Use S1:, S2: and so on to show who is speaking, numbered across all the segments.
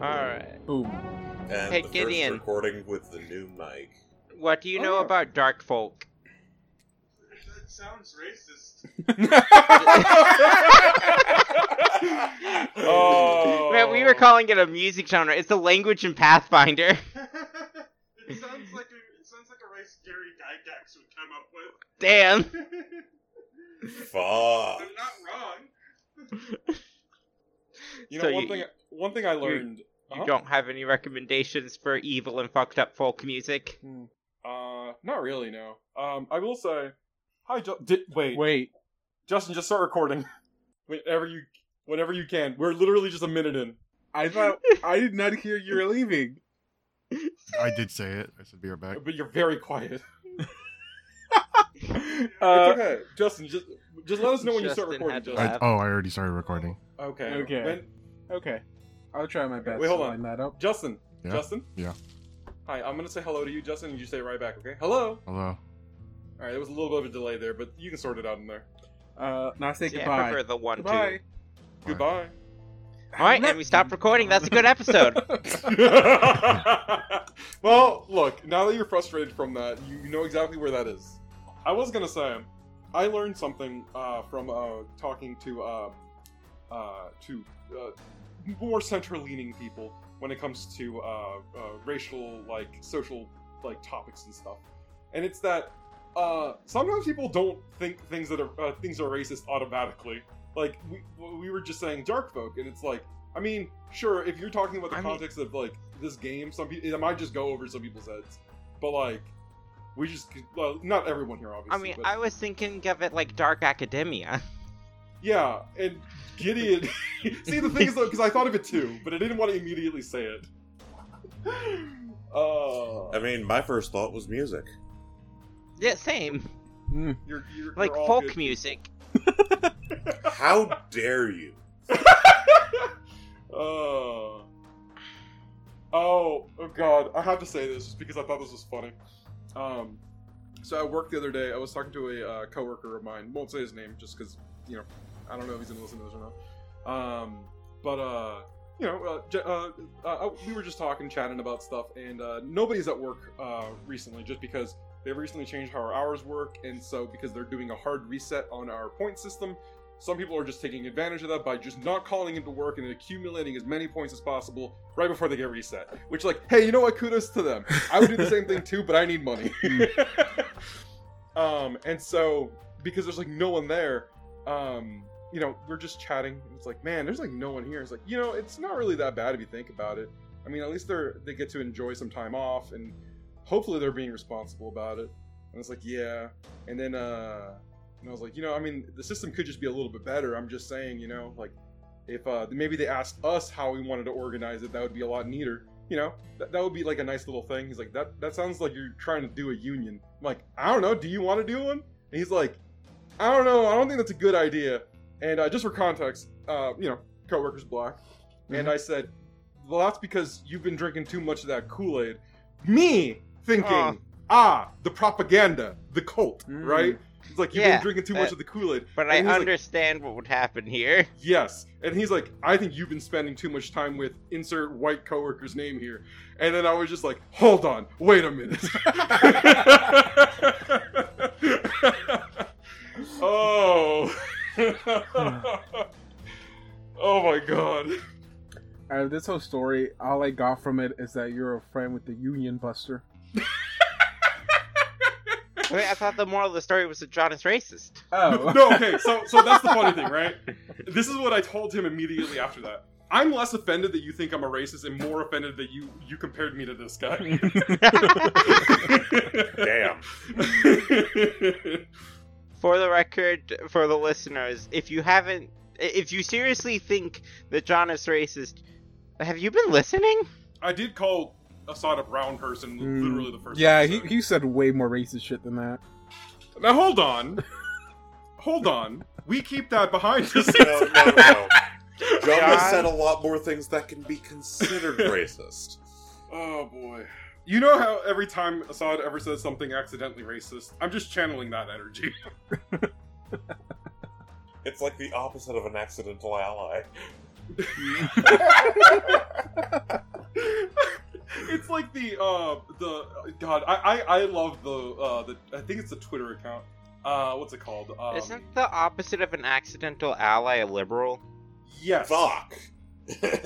S1: Alright.
S2: Boom.
S3: And
S1: Hey,
S3: the first
S1: Gideon.
S3: recording with the new mic.
S1: What do you
S2: Oh,
S1: know
S2: yeah.
S1: about dark folk?
S4: That sounds racist.
S2: oh.
S1: Well, we were calling it a music genre. It's a language in Pathfinder.
S4: it sounds like a it sounds like a race Gary Gygax would come up with.
S1: Damn.
S3: Fuck.
S4: I'm not wrong.
S2: You know
S1: So
S2: one
S1: you-
S2: thing. One thing I learned.
S1: You don't have any recommendations for evil and fucked up folk music?
S2: don't. Uh, not really. No. Um, I will say. Hi, Ju- di- wait,
S5: Wait,
S2: Justin. Just start recording. Whenever you, whenever you can. We're literally just a minute in.
S5: I thought I did not hear you were leaving.
S6: I did say it. I said be right back.
S2: But you're very quiet.
S5: Uh,
S2: it's okay, Justin. Just, just let us know when you start
S1: Justin
S2: recording.
S1: had to
S2: Justin.
S6: I, oh, I already started recording.
S2: Okay.
S5: Okay.
S2: When-
S5: okay, I'll try my best
S2: Wait, hold
S5: to
S2: on.
S5: line that up.
S2: Justin.
S6: Yeah?
S2: Justin.
S6: Yeah.
S2: Hi, I'm gonna say hello to you, Justin, and you say right back. Okay. Hello.
S6: Hello.
S2: All right. There was a little bit of a delay there, but you can sort it out in there.
S5: Uh, now say
S1: Yeah, I
S5: goodbye.
S1: prefer the one
S5: goodbye.
S2: Goodbye.
S1: two. Alright, and we stopped recording. That's a good episode.
S2: well, look, now that you're frustrated from that, you know exactly where that is. I was gonna say, I learned something uh, from uh, talking to uh, uh, to uh, more center-leaning people when it comes to uh, uh, racial, like social, like topics and stuff, and it's that uh, sometimes people don't think things that are uh, things are racist automatically. Like we, we were just saying, dark folk, and it's like. I mean, sure, if you're talking about the
S1: I mean-
S2: context of like this game, some people it might just go over some people's heads. But like, we just well, not everyone here,
S1: I
S2: obviously.
S1: mean,
S2: but,
S1: I was thinking of it like dark academia.
S2: yeah, and Gideon. see, the thing is though, because I thought of it too, but I didn't want to immediately say it. Uh,
S3: I mean, my first thought was music.
S1: Yeah, same.
S2: you're, you're,
S1: Like
S2: you're all
S1: folk
S2: good.
S1: music.
S3: How dare you?
S2: Uh, oh, oh god, I have to say this just because I thought this was funny. Um, so at work the other day, I was talking to a uh, coworker of mine. Won't say his name just because you know I don't know if he's gonna listen to this or not. Um, but uh, you know, uh, j- uh, uh, uh, we were just talking, chatting about stuff, and uh, nobody's at work uh, recently just because they recently changed how our hours work, and so because they're doing a hard reset on our point system, some people are just taking advantage of that by just not calling into work and accumulating as many points as possible right before they get reset. Which, like, hey, you know what? Kudos to them. I would do the same thing too, but I need money. um, and so because there's like no one there, um, you know, we're just chatting. and It's like, man, there's like no one here. It's like, you know, it's not really that bad if you think about it. I mean, at least they're they get to enjoy some time off, and hopefully they're being responsible about it. And it's like, yeah. And then, uh, and I was like, you know, I mean, the system could just be a little bit better. I'm just saying, you know, like if uh, maybe they asked us how we wanted to organize it, that would be a lot neater. You know, that, that would be like a nice little thing. He's like, that that sounds like you're trying to do a union. I'm like, I don't know. Do you want to do one? And he's like, I don't know. I don't think that's a good idea. And uh, just for context, uh, you know, coworkers black. And I said, well, that's because you've been drinking too much of that Kool Aid. Me thinking,
S1: Aw.
S2: ah, the propaganda, the cult,
S5: Mm.
S2: right? It's like you've
S1: Yeah,
S2: been drinking too much
S1: uh,
S2: of the Kool Aid.
S1: But I
S2: And he's like-
S1: understand what would happen here.
S2: Yes, and he's like, I think you've been spending too much time with insert white coworker's name here. And then I was just like, hold on, wait a minute. oh, oh my god.
S5: Out of this whole story, all I got from it is that you're a friend with the Union Buster.
S1: I, mean, I thought the moral of the story was that John is racist.
S5: Oh,
S2: no, okay, so so that's the funny thing, right? This is what I told him immediately after that. I'm less offended that you think I'm a racist and more offended that you you compared me to this guy.
S3: Damn.
S1: For the record, for the listeners, if you haven't, if you seriously think that John is racist, have you been listening?
S2: I did call Assad a brown person
S5: Hmm.
S2: literally the first
S5: yeah, he,
S2: episode.
S5: he said way more racist shit than that.
S2: Now hold on. Hold on. We keep that behind us.
S3: No, no, no. John
S1: God.
S3: has said a lot more things that can be considered racist.
S2: oh boy. You know how every time Assad ever says something accidentally racist, I'm just channeling that energy.
S3: It's like the opposite of an accidental ally.
S2: it's like the uh the God I I, I love the uh the I think it's the Twitter account. Uh, what's it called? Um,
S1: Isn't the opposite of an accidental ally a liberal?
S2: yes.
S3: Fuck.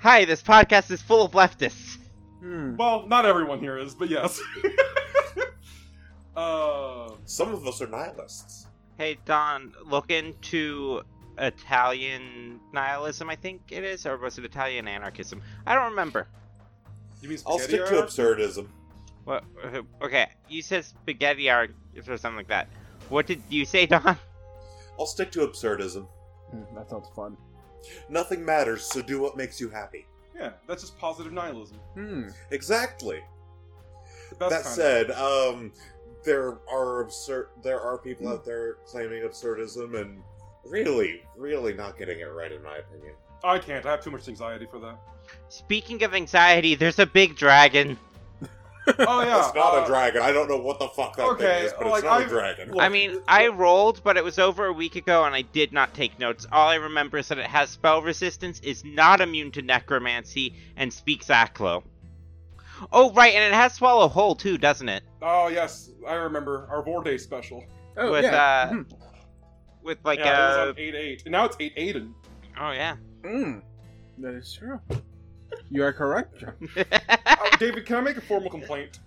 S1: Hi, this podcast is full of leftists.
S5: Hmm.
S2: Well, not everyone here is, but yes. Um.
S3: Some of us are nihilists.
S1: Hey, Don, look into Italian nihilism, I think it is, or was it Italian anarchism? I don't remember.
S2: you mean
S3: I'll stick to
S2: spaghetti-ar?
S3: absurdism.
S1: What? Okay, you said spaghetti art or something like that. What did you say, Don?
S3: I'll stick to absurdism.
S5: Hmm, That sounds fun.
S3: Nothing matters, so do what makes you happy.
S2: Yeah, that's just positive nihilism.
S5: Hmm.
S3: Exactly.
S2: The best
S3: that
S2: kind.
S3: said, um, there are absurd. There are people out there claiming absurdism and really, really not getting it right, in my opinion.
S2: I can't. I have too much anxiety for that.
S1: Speaking of anxiety, there's a big dragon.
S2: Oh yeah,
S3: That's not
S2: uh,
S3: a dragon. I don't know what the fuck that
S2: okay,
S3: thing is, but
S2: like,
S3: it's not
S2: I've-
S3: a dragon.
S2: Look,
S1: I mean,
S2: th-
S1: I rolled, but it was over a week ago and I did not take notes. All I remember is that it has spell resistance, is not immune to necromancy, and speaks Aklo. Oh, right, and it has Swallow Hole too, doesn't it?
S2: Oh yes, I remember our Vor Day special.
S5: Oh,
S1: With,
S5: yeah.
S1: uh,
S5: Hmm.
S1: With like uh,
S2: yeah, it
S1: a.
S2: was on eight eight, and now it's eight eight, and
S1: Oh, yeah.
S5: Mm. That is true. You are correct, John.
S2: uh, David, can I make a formal complaint?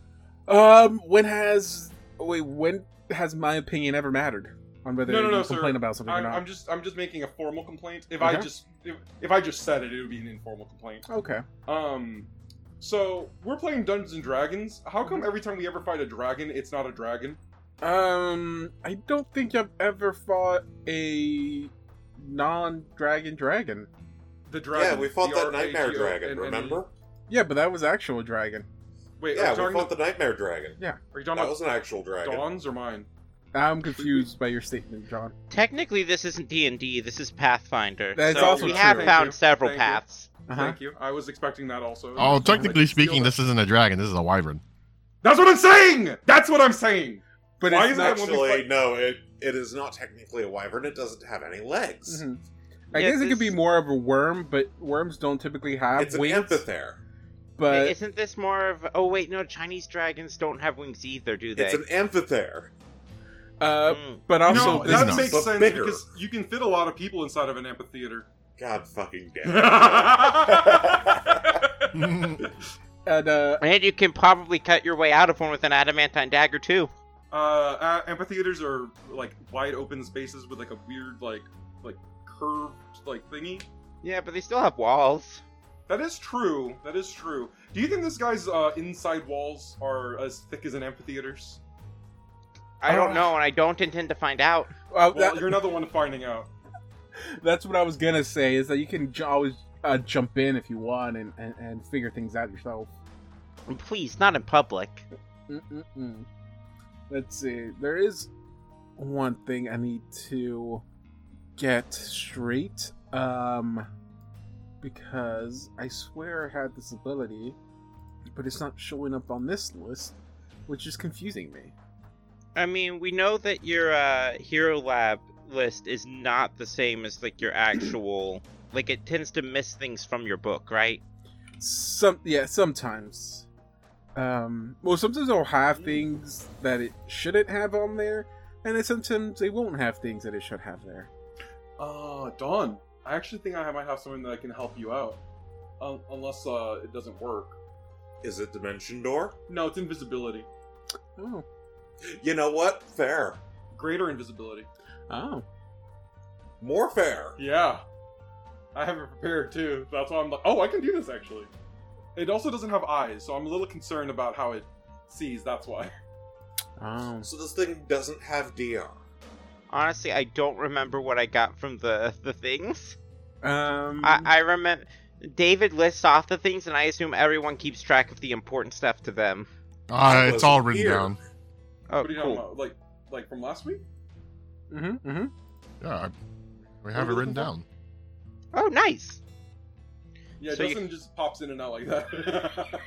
S5: Um, when has wait when has my opinion ever mattered on whether
S2: No, no,
S5: you
S2: no, sir.
S5: complain about something or
S2: I'm,
S5: not?
S2: I'm just, I'm just making a formal complaint. If I
S5: Okay.
S2: just, if, if I just said it, it would be an informal complaint.
S5: Okay.
S2: Um, so we're playing Dungeons and Dragons. How come every time we ever fight a dragon, it's not a dragon?
S5: Um, I don't think I've ever fought a non-dragon dragon.
S2: The dragon.
S3: yeah, we fought that nightmare
S2: D-R-A-G-O-N-N-E.
S3: dragon. Remember?
S5: Yeah, but that was actual dragon.
S2: Wait,
S3: yeah,
S2: are, you
S3: we
S2: talking
S3: fought
S2: about,
S3: the nightmare dragon.
S2: are you talking
S3: That
S2: about
S3: was an actual dragon.
S2: Dawn's or mine?
S5: I'm confused by your statement, John.
S1: Technically, this isn't D and D. This is Pathfinder.
S5: That is
S1: so
S5: also
S1: we
S5: true.
S1: have
S5: Thank
S1: found
S2: you.
S1: several
S2: Thank you.
S1: paths.
S5: Uh-huh.
S2: Thank you. I was expecting that
S6: Oh,
S2: also. Just wanted to
S6: technically
S2: steal
S6: speaking,
S2: that.
S6: this isn't a dragon. This is a wyvern.
S2: That's what I'm saying. That's what I'm saying.
S5: But
S2: Why
S5: it's
S2: is
S5: not.
S2: that when we
S3: Actually,
S2: fight-
S3: no, it it is not technically a wyvern. It doesn't have any legs.
S5: Mhm. I
S1: Yeah,
S5: guess it could be
S1: this-
S5: more of a worm, but worms don't typically have
S3: It's an
S5: wings.
S3: amphithere.
S5: But
S1: Isn't this more of? Oh wait, no. Chinese dragons don't have wings either, do they?
S3: It's an amphithere.
S5: uh,
S1: Mm.
S5: but also
S2: no,
S6: this
S2: that
S6: is-
S2: makes
S3: but
S2: sense
S3: bigger.
S2: because you can fit a lot of people inside of an amphitheater.
S3: God fucking damn.
S2: yeah,
S5: and, uh,
S1: And you can probably cut your way out of one with an adamantine dagger too.
S2: uh, uh, amphitheaters are like wide open spaces with like a weird like like curved like thingy.
S1: Yeah, but they still have walls.
S2: That is true. That is true. Do you think this guy's uh, inside walls are as thick as an amphitheater's?
S1: I
S5: Oh.
S1: don't know, and I don't intend to find out.
S5: well,
S2: Well,
S5: that-
S2: you're another one finding out.
S5: that's what I was gonna say is that you can j- always uh, jump in if you want and, and, and figure things out yourself.
S1: And please, not in public.
S5: Mm-mm-mm. Let's see. There is one thing I need to get straight. Um, because I swear I had this ability, but it's not showing up on this list, which is confusing me.
S1: I mean, we know that your uh, hero lab list is not the same as like your actual. like it tends to miss things from your book, right?
S5: Some yeah, sometimes. Um, well, sometimes it'll have things that it shouldn't have on there, and then sometimes it won't have things that it should have there.
S2: Uh, Dawn, I actually think I might have someone that can help you out. Um, unless uh, it doesn't work.
S3: Is it Dimension Door?
S2: No, it's invisibility.
S5: Oh,
S3: You know what? Fair.
S2: Greater invisibility.
S5: oh,
S3: More fair.
S2: Yeah. I have it prepared too. That's why I'm like, oh, I can do this actually. It also doesn't have eyes, so I'm a little concerned about how it sees. That's why.
S5: oh.
S3: So this thing doesn't have DR.
S1: Honestly, I don't remember what I got from the the things.
S5: Um,
S1: I, I remember David lists off the things, and I assume everyone keeps track of the important stuff to them.
S6: Uh,
S3: That
S6: it's all
S3: wasn't
S6: written
S3: here.
S6: down.
S1: Oh,
S2: what are you talking
S1: cool.
S2: about? Like, like from last week?
S5: Mm-hmm, mm-hmm.
S6: Yeah, I- we have it written down.
S1: Oh, nice.
S2: Yeah,
S1: So you-
S2: Justin just pops in and out like that.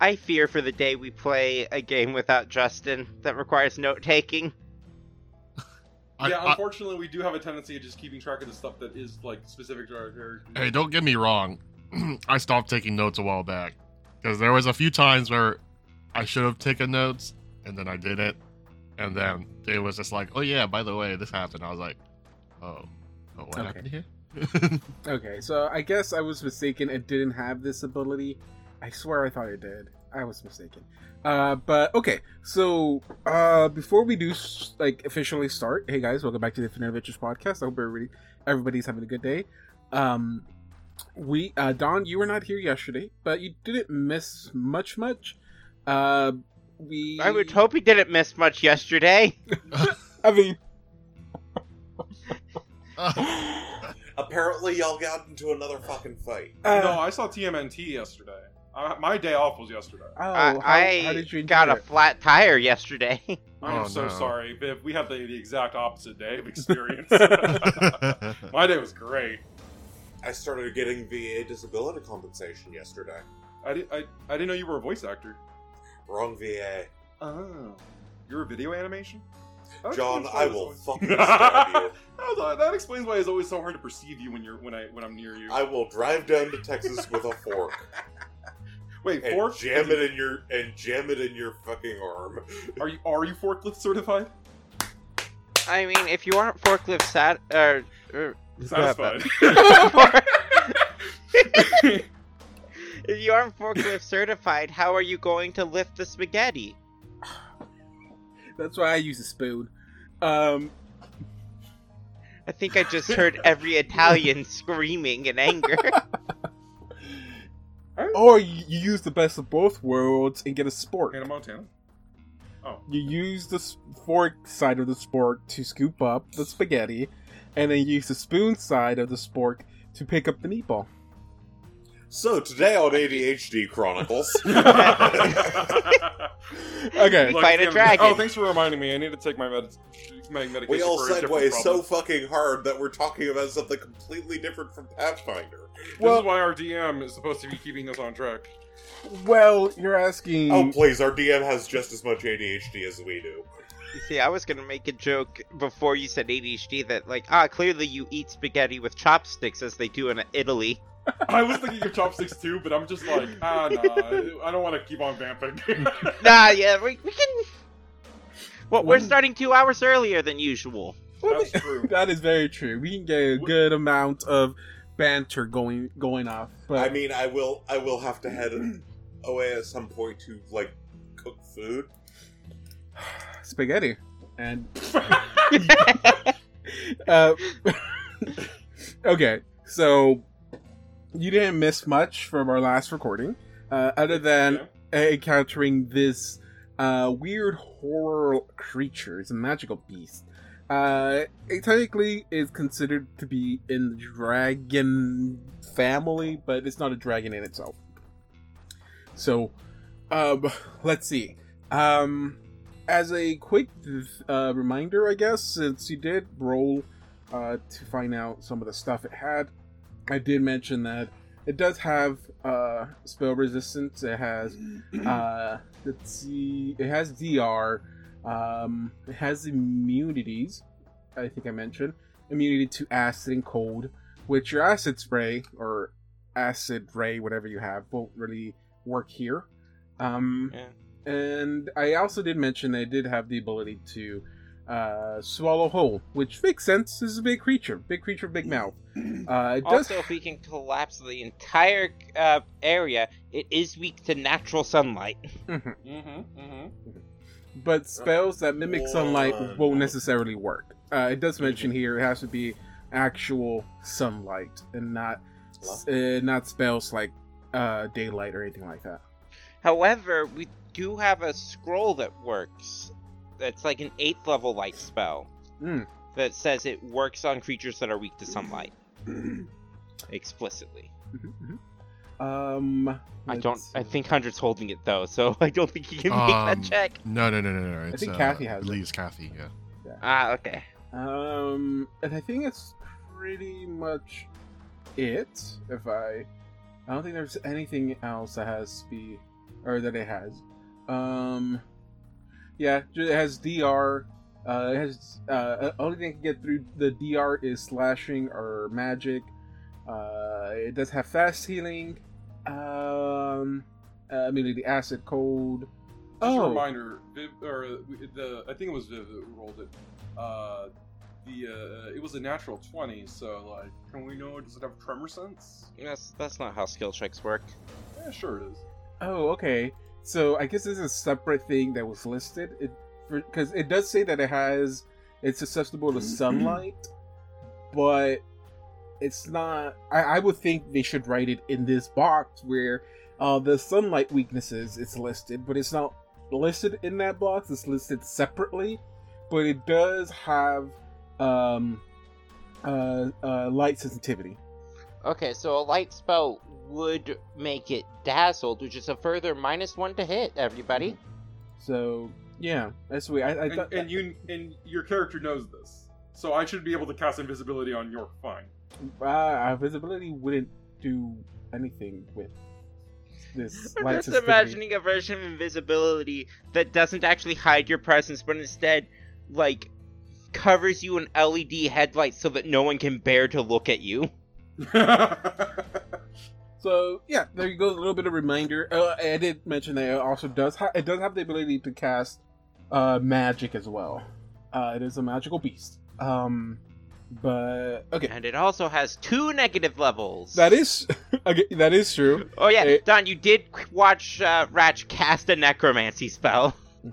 S1: I fear for the day we play a game without Justin that requires note taking.
S6: I,
S2: yeah,
S6: I,
S2: unfortunately, we do have a tendency of just keeping track of the stuff that is like specific to our character.
S6: hey, don't get me wrong. I stopped taking notes a while back because there was a few times where I should have taken notes and then I didn't, and then it was just like, oh yeah, by the way, this happened. I was like, oh, oh what
S5: Okay.
S6: happened here?
S5: Okay, so I guess I was mistaken. It didn't have this ability. I swear I thought it did. I was mistaken. Uh, but okay, so uh, before we do s- like officially start, hey guys, welcome back to the Infinite Adventures podcast. I hope everybody everybody's having a good day. Um, we uh, Don, you were not here yesterday, but you didn't miss much, much. Uh, we
S1: I would hope he didn't miss much yesterday.
S5: I mean,
S3: Apparently, y'all got into another fucking fight.
S5: uh,
S2: no, I saw TMNT yesterday. I, my day off was yesterday.
S5: oh,
S1: I,
S5: how,
S1: I
S5: how did you
S1: got a
S5: enjoy it?
S1: flat tire yesterday.
S2: I'm
S6: Oh,
S2: so
S6: no.
S2: sorry, Viv. We have the, the exact opposite day of experience.
S6: oh
S2: my day was great.
S3: I started getting VA disability compensation yesterday.
S2: I, di- I, I didn't know you were a voice actor.
S3: Wrong VA.
S2: Oh. You're a video animation? That
S3: John,
S2: explains why
S3: I
S2: it's
S3: will
S2: always-
S3: fucking stab you.
S2: That- that explains why it's always so hard to perceive you when you're when I when I'm near you.
S3: I will drive down to Texas with a fork
S2: Wait,
S3: and
S2: fork?
S3: jam it in your and jam it in your fucking arm.
S2: Are you are you forklift certified?
S1: I mean, if you aren't forklift sat or, er, or
S2: Satisfied.
S1: if you aren't forklift certified, how are you going to lift the spaghetti?
S5: That's why I use a spoon. Um,
S1: I think I just heard every Italian screaming in anger.
S5: Or you you use the best of both worlds and get a sport.
S2: Hannah Montana. Oh.
S5: You use the s- fork side of the spork to scoop up the spaghetti, and then use the spoon side of the spork to pick up the meatball.
S3: So today on ADHD Chronicles,
S5: Okay.
S1: Fight a
S2: damn it.
S1: dragon.
S2: Oh, thanks for reminding me. I need to take my, med- my medication.
S3: we all
S2: for a
S3: segue
S2: different
S3: so
S2: problem.
S3: fucking hard that we're talking about something completely different from Pathfinder.
S2: this
S5: Well-
S2: is why our DM is supposed to be keeping us on track.
S5: Well, you're asking.
S3: Oh please, our DM has just as much ADHD as we do.
S1: You see, I was gonna make a joke before you said ADHD that like ah clearly you eat spaghetti with chopsticks as they do in Italy.
S2: I was thinking of chopsticks too, but I'm just like, ah, nah, I don't want to keep on vamping.
S1: Nah, yeah, we, we can. Well, we're
S5: Mm.
S1: starting two hours earlier than usual.
S5: Well,
S2: That's true.
S5: that is very true. We can get a good amount of banter going going off. But
S3: I mean, I will, I will have to head away at some point to like cook food.
S5: spaghetti and uh, okay, so you didn't miss much from our last recording, uh, other than encountering this uh, weird horror creature. It's a magical beast. Uh, it technically is considered to be in the dragon family, but it's not a dragon in itself. So, um, let's see. Um, as a quick uh, reminder, I guess, since you did roll uh, to find out some of the stuff it had, I did mention that it does have uh, spell resistance. It has, uh, let's see, it has DR. Um, it has immunities. I think I mentioned immunity to acid and cold, which your acid spray or acid ray, whatever you have, won't really work here. Um,
S1: Yeah.
S5: And I also did mention I did have the ability to uh, swallow whole, which makes sense. This is a big creature, big creature, big mouth. Uh, it does
S1: Also, if we can collapse the entire uh, area, it is weak to natural sunlight.
S2: Mm-hmm, mm-hmm.
S5: but spells that mimic
S3: One.
S5: sunlight won't necessarily work. Uh, it does mention here it has to be actual sunlight and not uh, not spells like uh, daylight or anything like that.
S1: However, we do have a scroll that works. That's like an eighth level light spell
S5: Hmm.
S1: that says it works on creatures that are weak to sunlight explicitly.
S5: Mhm, mhm. um,
S1: I don't.
S5: let's
S1: I
S5: see.
S1: think Hundred's holding it though, so I don't think he can make
S6: Um,
S1: that check.
S6: No, no, no, no, no. It's,
S5: think
S6: uh,
S5: Kathy has it.
S6: Leaves Kathy. Yeah.
S1: Ah, okay.
S5: Um, and I think it's pretty much it. If I, I don't think there's anything else that has to be, or that it has. Um, yeah, ju- it has DR. Uh, it has uh, uh, only thing I can get through the DR is slashing or magic. Uh, Uh, it does have fast healing, um, uh, immunity to acid, cold.
S2: Just a
S5: Oh,
S2: reminder, Viv, or uh, we- the I think it was Viv that rolled it. Uh, the uh, it was a natural twenty, so like, can we know? Does it have tremor sense?
S1: That's that's not how skill checks work.
S2: Yeah, sure it is.
S5: oh, okay. So I guess this is a separate thing that was listed. It because it does say that it has it's susceptible to sunlight, but it's not. I, I would think they should write it in this box where uh, the sunlight weaknesses is listed, but it's not listed in that box. It's listed separately, but it does have um, uh, uh, light sensitivity.
S1: Okay, so a light spell would make it dazzled, which is a further minus one to hit. Everybody.
S5: So yeah, that's weird. I, I
S2: And,
S5: thought
S2: and you and your character knows this, so I should be able to cast invisibility on York. Fine.
S5: uh, our visibility wouldn't do anything with this
S1: I'm
S5: light
S1: just
S5: sensitivity.
S1: imagining a version of invisibility that doesn't actually hide your presence, but instead, like, covers you in LED headlights so that no one can bear to look at you.
S5: So yeah, there you go. A little bit of reminder. Uh, I did mention that it also does ha- it does have the ability to cast uh, magic as well. Uh, it is a magical beast. Um, but okay,
S1: And it also has two negative levels.
S5: that is okay, that is true.
S1: Oh yeah,
S5: it-
S1: Don, you did watch uh, Ratch cast a necromancy spell.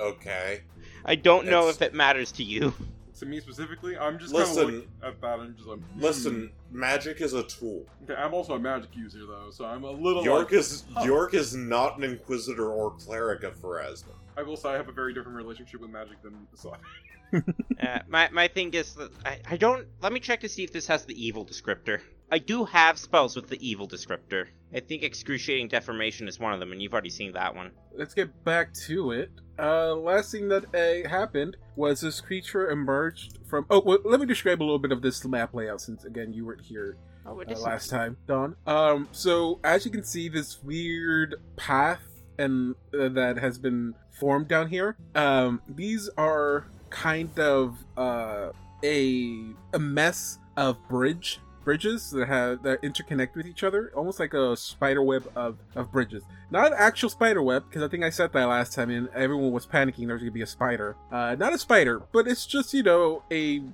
S3: Okay.
S1: I don't know
S3: It's-
S1: if it matters to you.
S2: to me specifically, I'm just kind of
S3: Listen.
S2: looking at that and just like, hmm.
S3: Listen, magic is a tool.
S2: Okay, I'm also a magic user though, so I'm a little.
S3: York
S2: like-
S3: is York is not an inquisitor or cleric of Pharasma.
S2: I will say I have a very different relationship with magic than Sly.
S1: Uh, my my thing is that I, I don't. Let me check to see if this has the evil descriptor. I do have spells with the evil descriptor. I think excruciating deformation is one of them, and you've already seen that one.
S5: Let's get back to it. Uh, last thing that uh, happened was this creature emerged from. Oh, well, let me describe a little bit of this map layout since again you weren't here
S1: Oh, it
S5: uh,
S1: is
S5: last time, Don. Um, so as you can see, this weird path and uh, that has been formed down here. Um, these are kind of uh, a a mess of bridge bridges that have that interconnect with each other, almost like a spider web of of bridges. Not an actual spider web, because I think I said that last time, and everyone was panicking there was gonna be a spider. Uh, not a spider, but it's just you know a an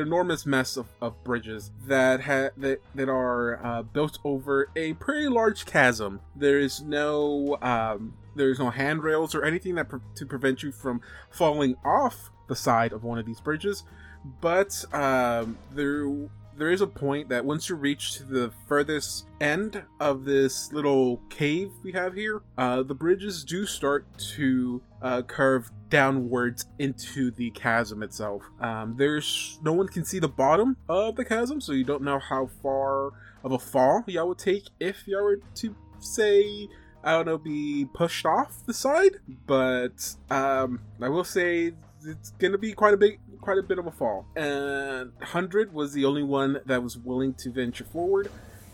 S5: enormous mess of, of bridges that ha- that that are uh, built over a pretty large chasm. There is no um, there's no handrails or anything that pre- to prevent you from falling off the side of one of these bridges, but um, there there is a point that once you reach to the furthest end of this little cave we have here, uh, the bridges do start to uh, curve downwards into the chasm itself. Um, there's no one can see the bottom of the chasm, so you don't know how far of a fall y'all would take if y'all were to say. I don't know, be pushed off the side, but um, I will say it's gonna be quite a big quite a bit of a fall and 100 was the only one that was willing to venture forward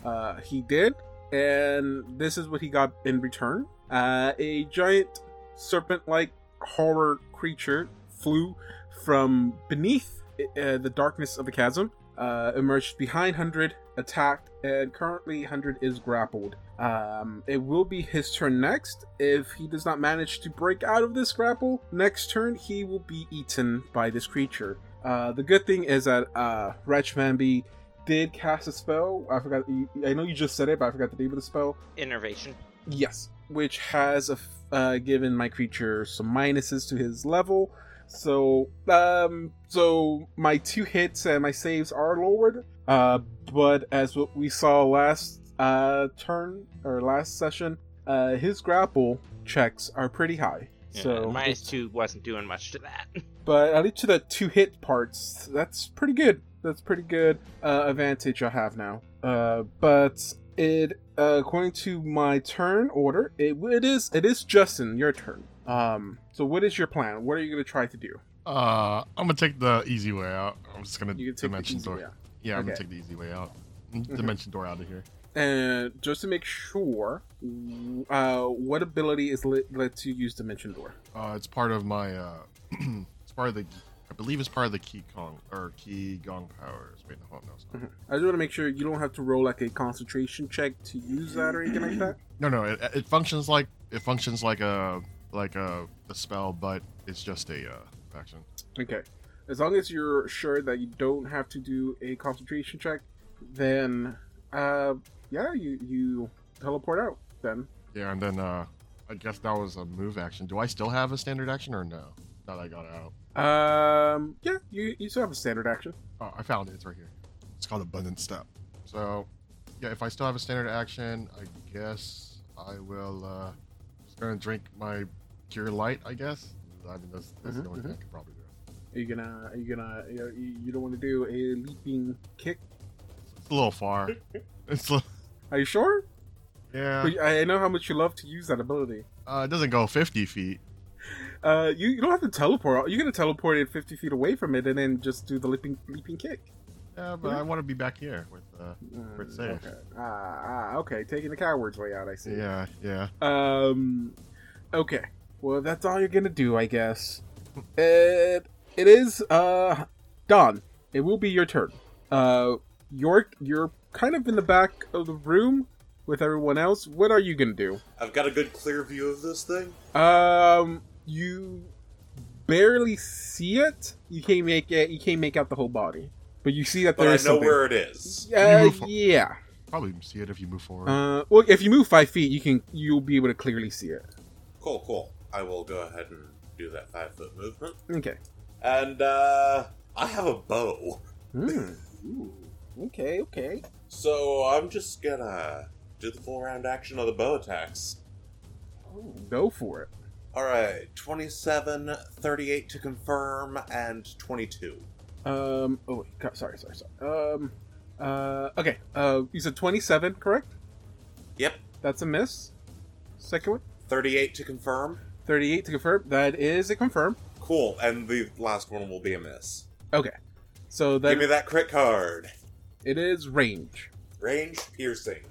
S5: uh, he did and this is what he got in return uh, a giant serpent-like horror creature flew from beneath uh, the darkness of the chasm uh, emerged behind 100 attacked and currently 100 is grappled um, it will be his turn next. If he does not manage to break out of this grapple, next turn he will be eaten by this creature. Uh, the good thing is that uh, Wretch Manby did cast a spell. I forgot. you- I know you just said it, but I forgot the name of the spell.
S1: innervation.
S5: Yes, which has a f- uh, given my creature some minuses to his level. So, um, so my two hits and my saves are lowered. Uh, but as what we saw last uh turn or last session, uh, his grapple checks are pretty high.
S1: Yeah,
S5: so,
S1: minus two wasn't doing much to that.
S5: but at least to the two hit parts, that's pretty good. That's pretty good uh, advantage I have now. Uh, but it, uh, according to my turn order, it, it is it is Justin your turn. Um, so what is your plan? What are you gonna try to do?
S6: Uh, I'm gonna take the easy way out. I'm just gonna
S5: You can take the
S6: dimension
S5: easy
S6: door.
S5: way out.
S6: Yeah, I'm gonna
S5: Okay.
S6: take the easy way out. Dimension door out of here.
S5: And just to make sure, uh, what ability is lit, lets you use Dimension Door?
S6: Uh, it's part of my. Uh, it's part of the I believe it's part of the Qi Kong or Qi Gong powers. Wait, no, no, it's not.
S5: I just want to make sure you don't have to roll like a concentration check to use that or anything like that.
S6: No, no, it, it functions like it functions like a like a, a spell, but it's just a uh, action.
S5: Okay. As long as you're sure that you don't have to do a concentration check, then uh yeah, you you teleport out then.
S6: Yeah, and then uh, I guess that was a move action. Do I still have a standard action or no? Now That I got out.
S5: Um yeah, you you still have a standard action.
S6: Oh, I found it. It's right here. It's called Abundant Step. So, yeah, if I still have a standard action, I guess I will. Uh, just gonna drink my Cure Light. I guess. I mean, that's,
S7: Mm-hmm,
S6: that's
S5: Mhm,
S6: the only thing
S5: mhm.
S6: I could probably do.
S5: Are you gonna are you gonna you, you- you don't want to do a leaping kick?
S6: It's a little far. it's a-
S5: Are you sure?
S7: Uh.
S6: yeah.
S5: But I I know how much you love to use that ability.
S6: Uh, it doesn't go 50 feet.
S5: Uh, you, you don't have to teleport. You're gonna teleport it 50 feet away from it and then just do the leaping leaping kick.
S6: Yeah, but
S5: Yeah.
S6: I
S7: Mm-hmm.
S6: want to be back here with. Uh,
S5: Mm,
S6: safe.
S5: Okay. Ah, ah, okay. Taking the coward's way out. I see.
S6: yeah, yeah.
S5: Um. Okay. Well, that's all you're gonna do, I guess. It it is uh Don. It will be your turn. Uh, York, you're kind of in the back of the room with everyone else. What are you gonna do?
S3: I've got a good clear view of this thing.
S5: Um, you barely see it. You can't make it. You can't make out the whole body, but you see that
S3: But
S5: there
S3: I know
S5: is something.
S3: where it is.
S5: Uh,
S6: You move-
S5: yeah.
S6: Probably see it if you move forward.
S5: Uh, well, if you move five feet, you can. You'll be able to clearly see it.
S3: Cool, cool. I will go ahead and do that five foot movement.
S5: Okay.
S3: And uh, I have a bow.
S5: Hmm. Okay. Okay.
S3: So I'm just gonna do the full round action of the bow attacks.
S5: Go for it.
S3: Alright, 27, 38 to confirm, and 22.
S5: Um. Oh wait. God, sorry. Sorry. Sorry. Um. Uh. Okay. Uh. You said twenty-seven, correct?
S3: Yep,
S5: That's a miss. Second one.
S3: 38 to confirm.
S5: Thirty-eight to confirm. That is a confirm.
S3: Cool, and the last one will be a miss.
S5: So
S3: Give
S5: that
S3: me that crit card.
S5: it is range.
S3: Range piercing.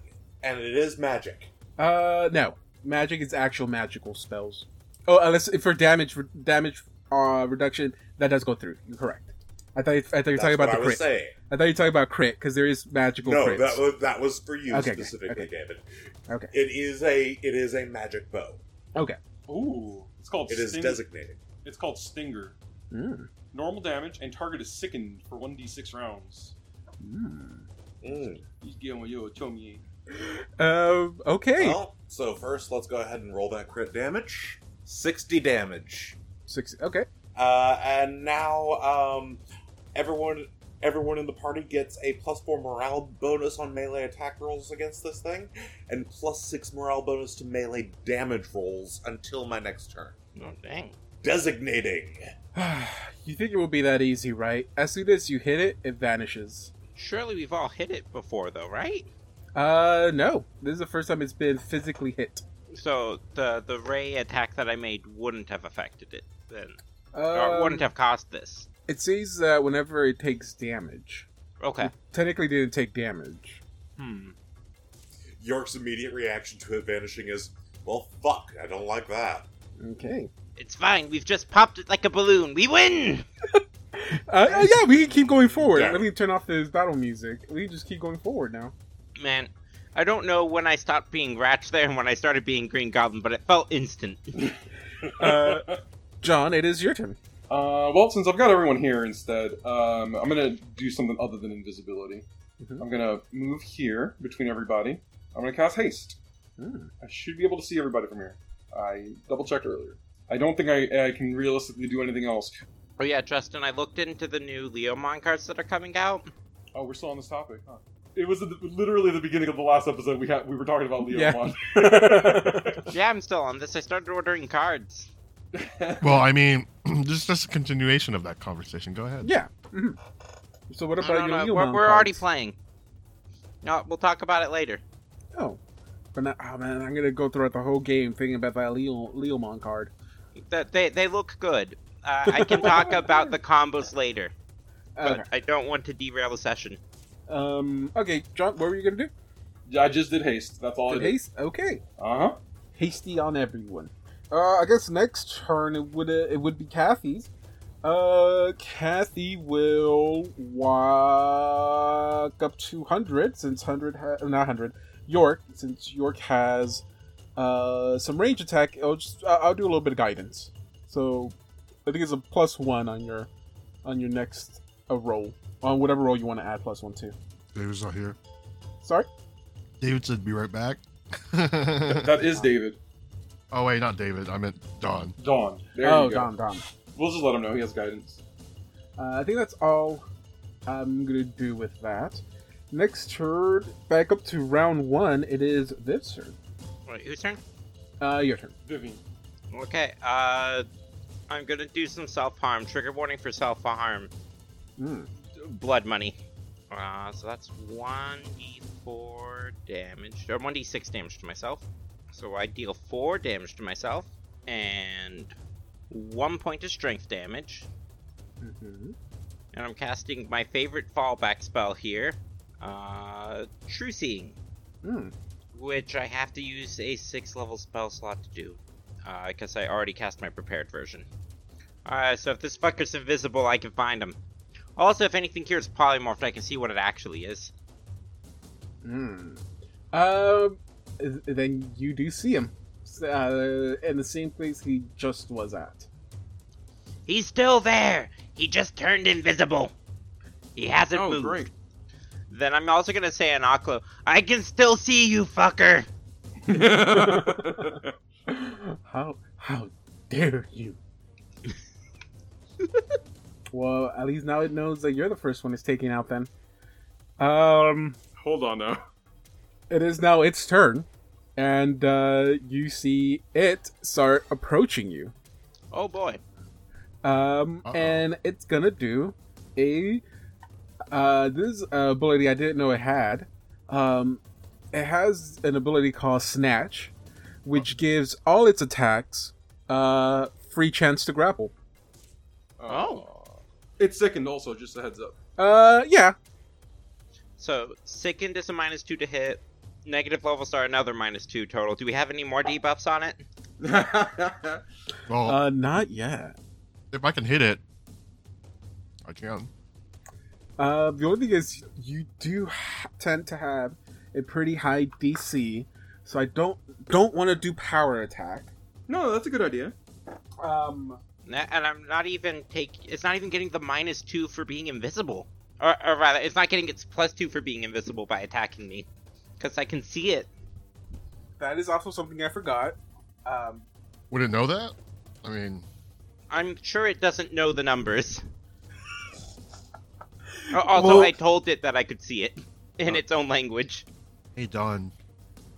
S3: And it is magic.
S5: Uh. No. Magic is actual magical spells. Oh, unless for damage, for damage uh, reduction, that does go through. You're correct. I thought. You, I thought you were
S3: That's
S5: talking about
S3: what
S5: the
S3: I was
S5: crit.
S3: saying.
S5: I thought you were talking about crit because there is magical
S3: No,
S5: crits.
S3: that was, that was for you
S5: Okay, okay,
S3: specifically,
S5: okay.
S3: David.
S5: Okay.
S3: It is a it is a magic bow.
S2: Ooh, it's called
S3: It is
S2: sting-
S3: designated.
S2: It's called Stinger.
S5: Mm,
S2: Normal damage and target is sickened for 1d6 rounds.
S5: mm.
S3: Mm.
S2: You get one, yo, Tomie.
S5: Um. Okay.
S3: Well, so first let's go ahead and roll that crit damage. 60 damage.
S5: Six. Okay.
S3: Uh, and now um, everyone everyone in the party gets a plus four morale bonus on melee attack rolls against this thing, and plus six morale bonus to melee damage rolls until my next turn.
S1: Oh, dang.
S3: Designating.
S5: you think it will be that easy, right? As soon as you hit it, it vanishes.
S1: Surely we've all hit it before, though, right?
S5: Uh, no. This is the first time it's been physically hit.
S1: So the the ray attack that I made wouldn't have affected it then, or
S5: Um,
S1: wouldn't have cost this.
S5: it says that whenever it takes damage.
S1: Okay.
S5: Technically, didn't take damage.
S1: Hmm.
S3: York's immediate reaction to it vanishing is, "Well, fuck! I don't like that."
S5: Okay.
S1: It's fine. We've just popped it like a balloon. We win.
S5: Uh, uh, yeah, we can keep going forward.
S3: Yeah.
S5: Let me turn off this battle music. We can just keep going forward now.
S1: Man, I don't know when I stopped being Ratch there and when I started being Green Goblin, but it felt instant.
S5: Uh, John, it is your turn.
S2: Uh, well, since I've got everyone here instead, um, I'm gonna do something other than invisibility.
S5: Mhm.
S2: I'm gonna move here between everybody. I'm gonna cast haste.
S5: Hmm.
S2: I should be able to see everybody from here. I double checked earlier. I don't think I, I can realistically do anything else.
S1: Oh yeah, Justin, I looked into the new Leomon cards that are coming out.
S2: Oh, we're still on this topic. Huh? It was the, literally the beginning of the last episode. We had we were talking about Leo.
S5: Yeah.
S1: Yeah, I'm still on this. I started ordering cards.
S6: Well, I mean, this is just a continuation of that conversation. Go ahead.
S5: Yeah. mhm. So what
S1: No, no,
S5: about your
S1: no,
S5: Leo
S1: We're,
S5: Mount
S1: we're already
S5: cards?
S1: playing. No, we'll talk about it later.
S5: Oh. But now, oh man, I'm gonna go throughout the whole game thinking about that Leo Leomon card.
S1: That they they look good. Uh, I can talk about the combos later, but
S5: Okay.
S1: I don't want to derail the session.
S5: Uh, Um. Okay, John, what were you gonna do?
S2: Yeah, I just did haste. That's all I did.
S5: Haste. Okay.
S2: Uh huh.
S5: Hasty on everyone. Uh, I guess next turn it would uh, it would be Kathy's. Uh, Kathy will walk up to hundred since hundred ha- oh, not hundred York since York has uh some range attack. I'll just I- I'll do a little bit of guidance. So I think it's a plus one on your on your next uh, roll on whatever roll you want to add plus one to.
S7: David's not here.
S5: Sorry.
S7: David said, "Be right back."
S2: That is David.
S6: oh wait, not David. I meant Don.
S2: Dawn. There
S5: oh,
S2: you go.
S5: Dom, Dom.
S2: We'll just let him know he has guidance.
S5: Uh, I think that's all I'm gonna do with that. Next turn, back up to round one. It is Viv's turn.
S1: Wait, whose turn?
S5: Uh, your turn.
S2: Vivian.
S1: Okay, uh, I'm gonna do some self harm. Trigger warning for self harm.
S5: Mm.
S1: Blood money. Uh, so that's 1d4 damage, or 1d6 damage to myself. So I deal 4 damage to myself, and 1 point of strength damage.
S5: hmm
S1: And I'm casting my favorite fallback spell here uh, True Seeing.
S5: Mm.
S1: which I have to use a six level spell slot to do, because I already cast my prepared version. Alright, so if this fucker's invisible, I can find him. Also, if anything here is polymorphed, I can see what it actually is.
S5: Mm. Um, th- then you do see him S- uh, in the same place he just was at.
S1: He's still there! He just turned invisible! He hasn't
S2: Oh,
S1: moved.
S2: great.
S1: Then I'm also gonna say an Aklo, I can still see you, fucker!
S5: how how dare you? well, at least now it knows that you're the first one it's taking out. Then, um,
S2: Hold on now.
S5: it is now its turn, and uh, you see it start approaching you.
S1: Oh boy.
S5: Um,
S6: Uh-oh.
S5: and it's gonna do a uh, this is a ability I didn't know it had. Um, it has an ability called Snatch, which gives all its attacks uh free chance to grapple.
S2: Oh. It's sickened also, just a heads up.
S5: Uh, yeah,
S1: So, sickened is a minus two to hit, negative level star, another minus two total. Do we have any more debuffs on it?
S7: Oh.
S6: Well,
S5: uh, not yet.
S6: if I can hit it, I can.
S5: Uh, the only thing is you do ha- tend to have a pretty high DC, so I don't don't want to do power attack.
S2: no, that's a good idea.
S5: Um,
S1: Na- and I'm not even take. It's not even getting the minus two for being invisible, or, or rather, it's not getting its plus two for being invisible by attacking me, because I can see it.
S5: that is also something I forgot. Um,
S6: Would it know that? I mean,
S1: I'm sure it doesn't know the numbers. Al- also, I told it that I could see it in
S6: Oh.
S1: its own language.
S6: hey Don,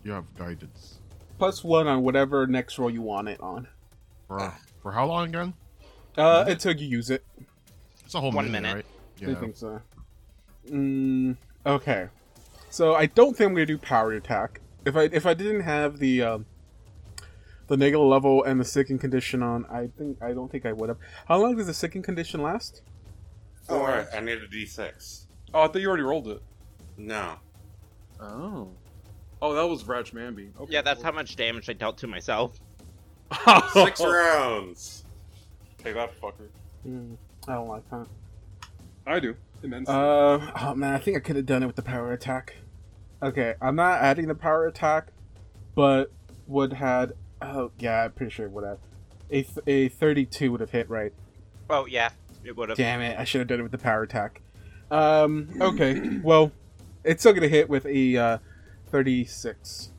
S6: you have guidance
S5: plus one on whatever next roll you want it on.
S6: for
S1: Ah.
S6: for how long again?
S5: Uh, until you use it.
S6: It's a whole
S1: One
S6: minute,
S1: minute.
S6: right?
S5: I
S6: Yeah.
S5: think so. Mm, okay. So I don't think I'm gonna do power attack. If I if I didn't have the um, the negative level and the sickened condition on, I think I don't think I would have. How long does the sickened condition last?
S3: Oh,
S2: Four.
S3: alright, I need a d6.
S2: Oh, I thought you already rolled it.
S3: No.
S5: Oh.
S2: Oh, that was Ratch Manby. Okay,
S1: Yeah, that's how much damage I dealt to myself.
S3: Six rounds.
S2: Take that, fucker.
S5: Hmm, I don't like that.
S2: I do. Immensely.
S5: Uh, oh man, I think I could have done it with the power attack. Okay, I'm not adding the power attack, but would had oh yeah, I'm pretty sure it would have a th- a 32 would have hit right.
S1: Oh yeah, it would have.
S5: Damn it, I should have done it with the power attack. Um, okay, well, it's still gonna hit with a uh, 36.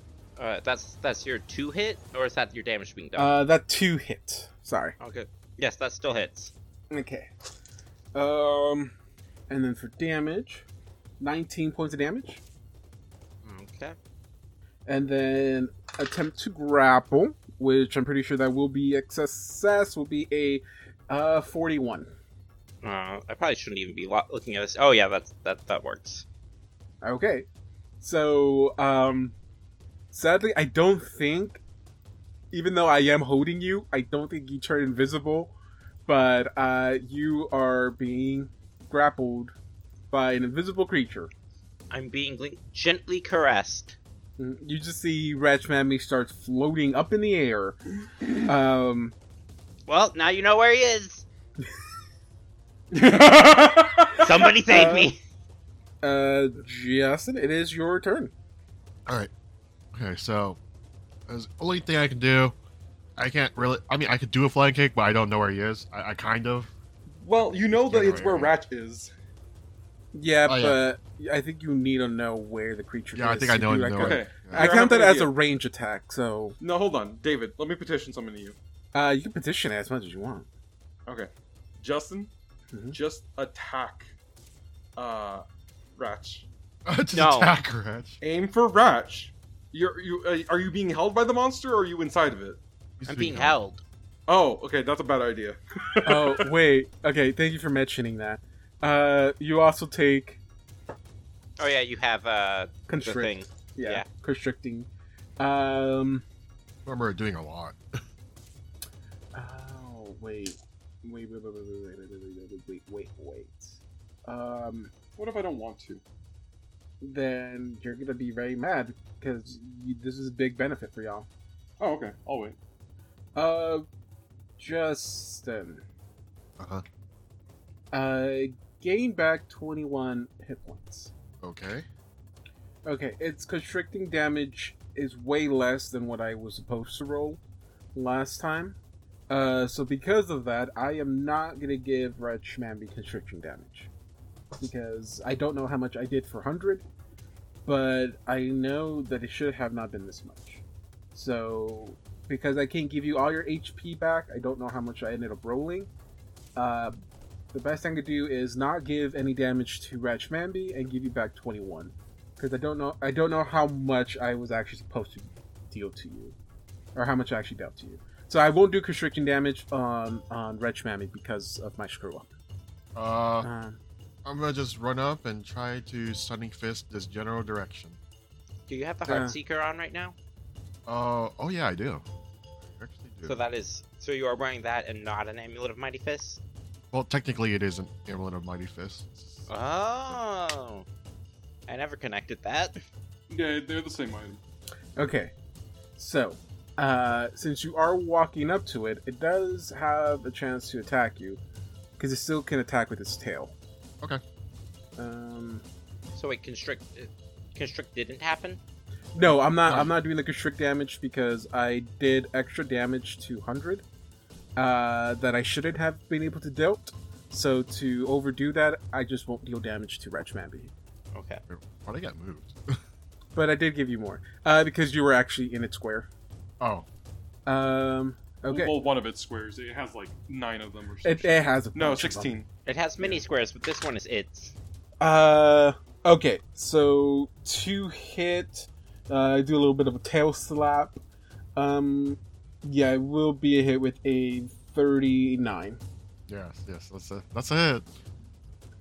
S1: Uh, that's that's your two hit, or is that your damage being done?
S5: Uh, that two hit. Sorry.
S1: okay. Yes, that still hits.
S5: Okay. Um, and then for damage, 19 points of damage.
S1: Okay.
S5: and then attempt to grapple, which I'm pretty sure that will be a success. Will be a uh, 41.
S1: Uh, I probably shouldn't even be lo- looking at this. Oh yeah, that's that that works.
S5: Okay, so um, sadly, I don't think, even though I am holding you, I don't think you turn invisible, but uh, you are being grappled by an invisible creature.
S1: I'm being gl- gently caressed.
S5: Mm, You just see Ratch Mammy starts floating up in the air. Um,
S1: Well, now you know where he is. Somebody save
S5: Uh,
S1: me.
S5: Uh, Justin, it is your turn.
S6: Okay, so as only thing I can do, I can't really. I mean, I could do a flying kick, but I don't know where he is. I, I kind of.
S2: well, you know that
S6: Yeah,
S2: it's where
S6: right,
S2: Ratch is.
S5: Yeah,
S6: Oh, yeah.
S5: but I think you need to know where the creature
S6: Yeah, I
S5: is.
S6: think I
S5: to
S6: know
S5: do
S6: I know
S5: like a-
S6: it.
S2: Okay.
S6: Yeah.
S5: I
S2: Here, I'm
S5: count
S2: gonna put
S5: that
S2: it
S5: as a
S2: here.
S5: range attack, so
S2: No, hold on, David. Let me petition something to you.
S5: uh, you can petition it as much as you want.
S2: Okay, Justin,
S5: Mhm.
S2: just attack. Uh, Ratch.
S6: Just
S1: No.
S6: attack Ratch.
S2: Aim for Ratch. You're you uh, are you being held by the monster or are you inside of it?
S6: He's
S1: I'm being held.
S2: Oh, okay, that's a bad idea.
S5: oh wait, okay. Thank you for mentioning that. Uh, you also take
S1: Oh yeah, you have uh the
S5: constrict.
S1: thing.
S5: Yeah,
S1: yeah.
S5: constricting. Um.
S6: Remember doing a lot.
S5: Oh wait, wait, wait, wait, wait, wait, wait, wait, wait, wait, wait, wait, wait. Um,
S2: What if I don't want to?
S5: then you're gonna be very mad because you, this is a big benefit for y'all.
S2: Oh, okay, I'll wait.
S5: Uh, Justin,
S6: Uh huh.
S5: uh, gain back 21 hit points.
S6: Okay.
S5: Okay, its constricting damage is way less than what I was supposed to roll last time. Uh, so because of that, I am not gonna give Red Shmanby constricting damage because I don't know how much I did for hundred, but I know that it should have not been this much. So because I can't give you all your HP back, I don't know how much I ended up rolling. Uh, the best thing to do is not give any damage to Red Shmanby and give you back twenty one because I don't know I don't know how much I was actually supposed to deal to you, or how much I actually dealt to you. So I won't do constriction damage on on Wretch Mammy because of my screw up.
S7: Oh.
S6: Uh,
S5: Uh,
S6: I'm gonna just run up and try to stunning fist this general direction.
S1: Do you have the
S5: Yeah.
S1: heart seeker on right now?
S6: Uh, oh yeah, I do. I actually do.
S1: So that is so you are wearing that and not an amulet of mighty fist.
S6: well, technically, it is an amulet of mighty fist.
S1: Oh, I never connected that.
S2: Yeah, they're the same item.
S5: okay, so uh, since you are walking up to it, it does have a chance to attack you because it still can attack with its tail.
S6: Okay.
S5: Um,
S1: So wait, constrict uh, constrict didn't happen.
S5: no, I'm not.
S6: Oh.
S5: I'm not doing the constrict damage because I did extra damage to hundred uh, that I shouldn't have been able to dealt. So to overdo that, I just won't deal damage to Wretch Mamby.
S1: Okay.
S6: Why did I get moved?
S5: But I did give you more uh, because you were actually in its square.
S6: Oh,
S5: Um, okay,
S2: Well, one of its squares. It has like nine of them or
S5: it,
S2: something.
S5: it has a
S2: No,
S5: bunch of them.
S2: sixteen.
S1: It has many squares, but this one is its.
S5: Uh, okay, so two hit. Uh, do a little bit of a tail slap. Um, yeah, it will be a hit with a thirty-nine.
S6: yes, yes. That's it. That's it.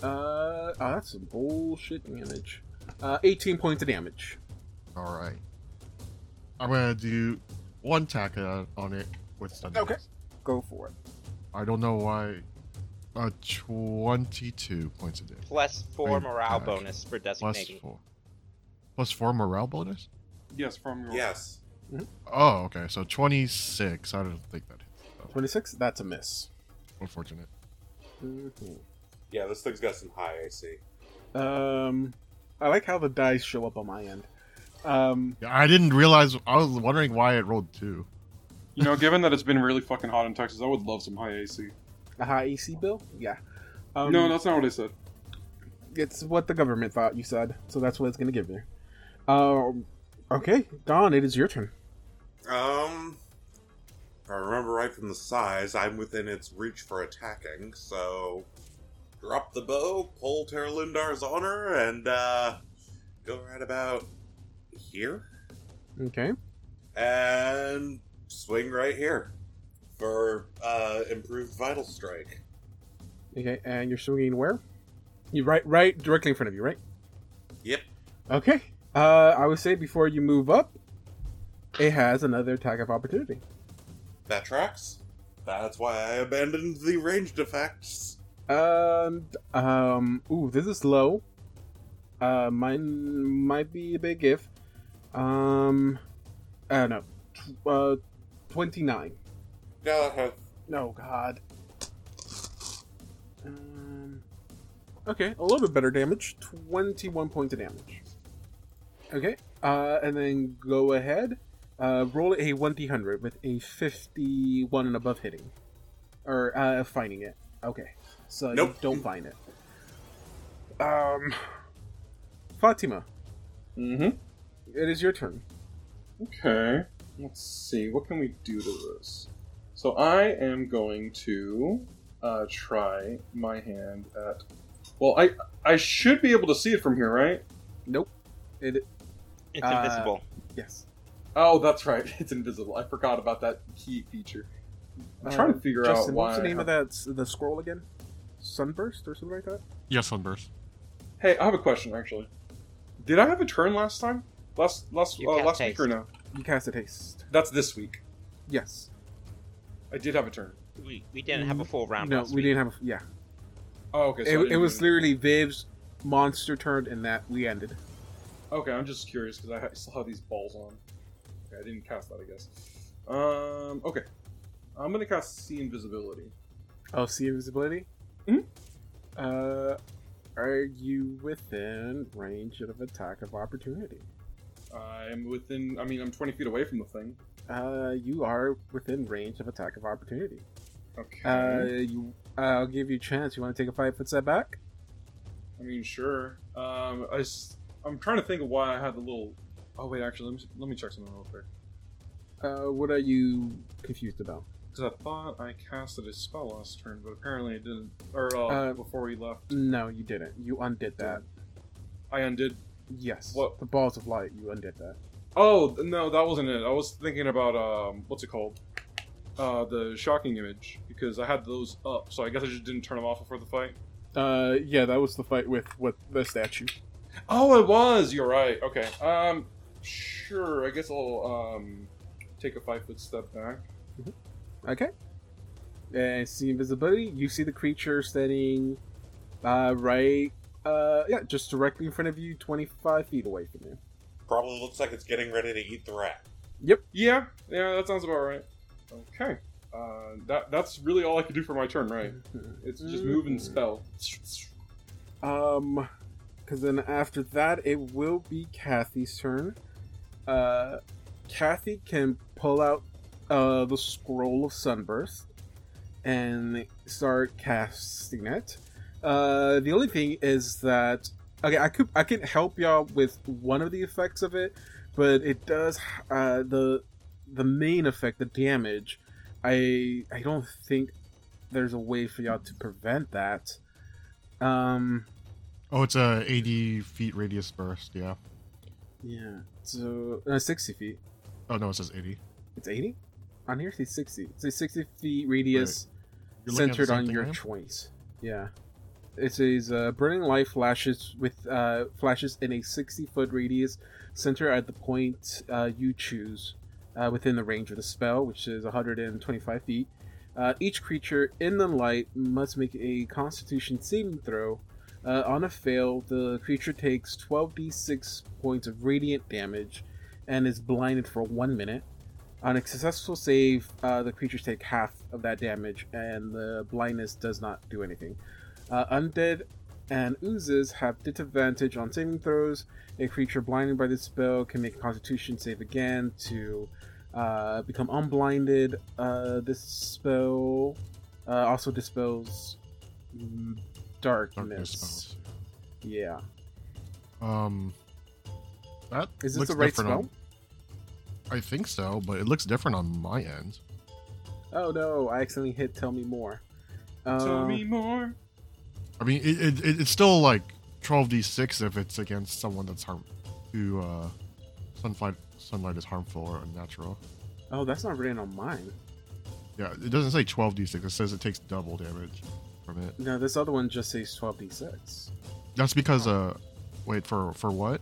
S5: Uh, oh, that's some bullshit damage. Uh, 18 points of damage.
S6: All right. I'm gonna do one tack uh, on it with stunning.
S5: Okay.
S6: fist.
S5: Go for it.
S6: I don't know why. Uh, 22 points of damage.
S1: Plus four
S6: Green
S7: uh,
S1: morale
S6: tag.
S1: bonus for
S6: Plus
S1: designating.
S6: four. Plus four morale bonus?
S2: Yes, from your.
S3: Yes.
S6: Oh, okay. So 26. I don't think that hits.
S5: 26? That's a miss.
S6: Unfortunate.
S5: Mhm.
S3: Yeah, this thing's got some high AC.
S5: Um, I like how the dice show up on my end. Um,
S6: Yeah, I didn't realize. I was wondering why it rolled two.
S2: You know, given that it's been really fucking hot in Texas, I would love some high AC.
S5: a high AC bill? Yeah. Um,
S2: no, that's not what I said.
S5: It's what the government thought you said, so that's what it's gonna give you. Um, okay, Don, it is your turn.
S3: Um, if I remember right from the size, I'm within its reach for attacking, so drop the bow, pull Terlindar's honor, and uh, go right about here
S5: Okay.
S3: and swing right here for uh, improved vital strike.
S5: Okay, and you're swinging where? You right, right, directly in front of you, right?
S3: Yep.
S5: Okay. Uh, I would say before you move up, it has another attack of opportunity.
S3: That tracks. That's why I abandoned the ranged effects.
S5: And um, ooh, this is low. Uh, mine might be a big if. Um, I don't know. Tw- uh, twenty nine.
S3: Yeah, that has
S5: No, God. Uh, Okay, a little bit better damage. 21 points of damage. Okay, uh, and then go ahead. Uh, roll a 1d100 with a 51 and above hitting. Or uh, finding it. Okay, so you
S3: Nope.
S5: don't find it. Um, Fatima,
S2: Mm-hmm.
S5: it is your turn.
S2: Okay. Let's see. What can we do to this? So I am going to uh, try my hand at. Well, I I should be able to see it from here, right?
S5: Nope. It
S1: It's
S5: Uh,
S1: invisible.
S5: yes.
S2: Oh, that's right. It's invisible. I forgot about that key feature. I'm trying to figure out
S5: Uh, Justin,
S2: why.
S5: what's the name
S2: I-
S5: of that s- the scroll again? Sunburst or something like that.
S6: Yes, Sunburst.
S2: Hey, I have a question actually. Did I have a turn last time? Last last
S1: You
S2: uh,
S1: can't
S2: last
S1: taste.
S2: week or no?
S5: You cast a taste.
S2: That's this week.
S5: Yes.
S2: I did have a turn.
S1: We, we didn't have a full round.
S5: no,
S1: last
S5: we
S1: week.
S5: didn't have. A, yeah,
S2: Oh, okay. So I
S5: it,
S2: didn't
S5: it was
S2: even-
S5: literally Viv's monster turned, and that we ended.
S2: okay. I'm just curious because I ha- still have these balls on. Okay, I didn't cast that, I guess. Um. Okay. I'm gonna cast see invisibility.
S5: Oh, see invisibility. Mm-hmm.
S2: Mhm.
S5: Uh, are you within range of attack of opportunity?
S2: I'm within. I mean, I'm 20 feet away from the thing.
S5: Uh, you are within range of attack of opportunity.
S2: Okay.
S5: Uh, you. I'll give you a chance. You want to take a five foot step back?
S2: I mean, sure. Um. I am trying to think of why I had the little. Oh wait, actually, let me let me check something real quick.
S5: Uh, what are you confused about?
S2: Because I thought I casted a spell last turn, but apparently I didn't. Or uh,
S5: Uh,
S2: before we left,
S5: No, you didn't. You undid that.
S2: I undid.
S5: Yes.
S2: What-
S5: The balls of light. You undid that.
S2: Oh th- no, that wasn't it. I was thinking about um, what's it called? Uh, the shocking image because I had those up, so I guess I just didn't turn them off before the fight.
S5: Uh, yeah, that was the fight with with the statue.
S2: Oh, it was. You're right. Okay. Um, sure. I guess I'll um take a five foot step back.
S5: Okay. And see invisibility. You see the creature standing, uh, right, uh, yeah, just directly in front of you, twenty five feet away from you.
S3: Probably looks like it's getting ready to eat the rat.
S2: Yeah, yeah, that sounds about right. Okay. Uh, that that's really all I could do for my turn, right?
S5: Mm-hmm.
S2: It's just move and spell.
S5: Um, because then after that, it will be Kathy's turn. Uh, Kathy can pull out uh, the scroll of sunburst and start casting it. Uh, the only thing is that okay, I could I can help y'all with one of the effects of it, but it does uh, the the main effect, the damage. I I don't think there's a way for y'all to prevent that. Um,
S7: Oh, it's a 80 feet radius burst. Yeah.
S5: Yeah. So uh, sixty feet.
S7: Oh no, it says 80.
S5: It's eighty. On here, it says sixty. It's a sixty feet radius
S7: You're looking at the
S5: centered
S7: same
S5: on
S7: thing
S5: your
S7: I am?
S5: choice. Yeah. It says uh, burning light flashes with uh, flashes in a sixty foot radius center at the point uh, you choose uh, within the range of the spell, which is one hundred and twenty five feet. Uh, each creature in the light must make a Constitution saving throw. Uh, on a fail, the creature takes twelve d6 points of radiant damage and is blinded for one minute. On a successful save, uh, the creatures take half of that damage, and the blindness does not do anything. Uh, undead and oozes have disadvantage on saving throws. A creature blinded by this spell can make a Constitution save again to uh, become unblinded. Uh, this spell uh, also dispels mm,
S7: Darkness
S5: darkness.
S7: spells.
S5: Yeah.
S7: Um, that
S5: Is this
S7: looks
S5: the right
S7: different
S5: spell?
S7: on- I think so, but it looks different on my end.
S5: Oh no! I accidentally hit. Tell me more. Uh,
S2: Tell me more.
S7: I mean, it, it, it's still like 12d6 if it's against someone that's harm who uh, sunlight sunlight is harmful or unnatural.
S5: Oh, that's not written on mine.
S7: Yeah, it doesn't say 12d6. It says it takes double damage from it.
S5: No, this other one just says 12d6.
S7: That's because uh, wait for for what?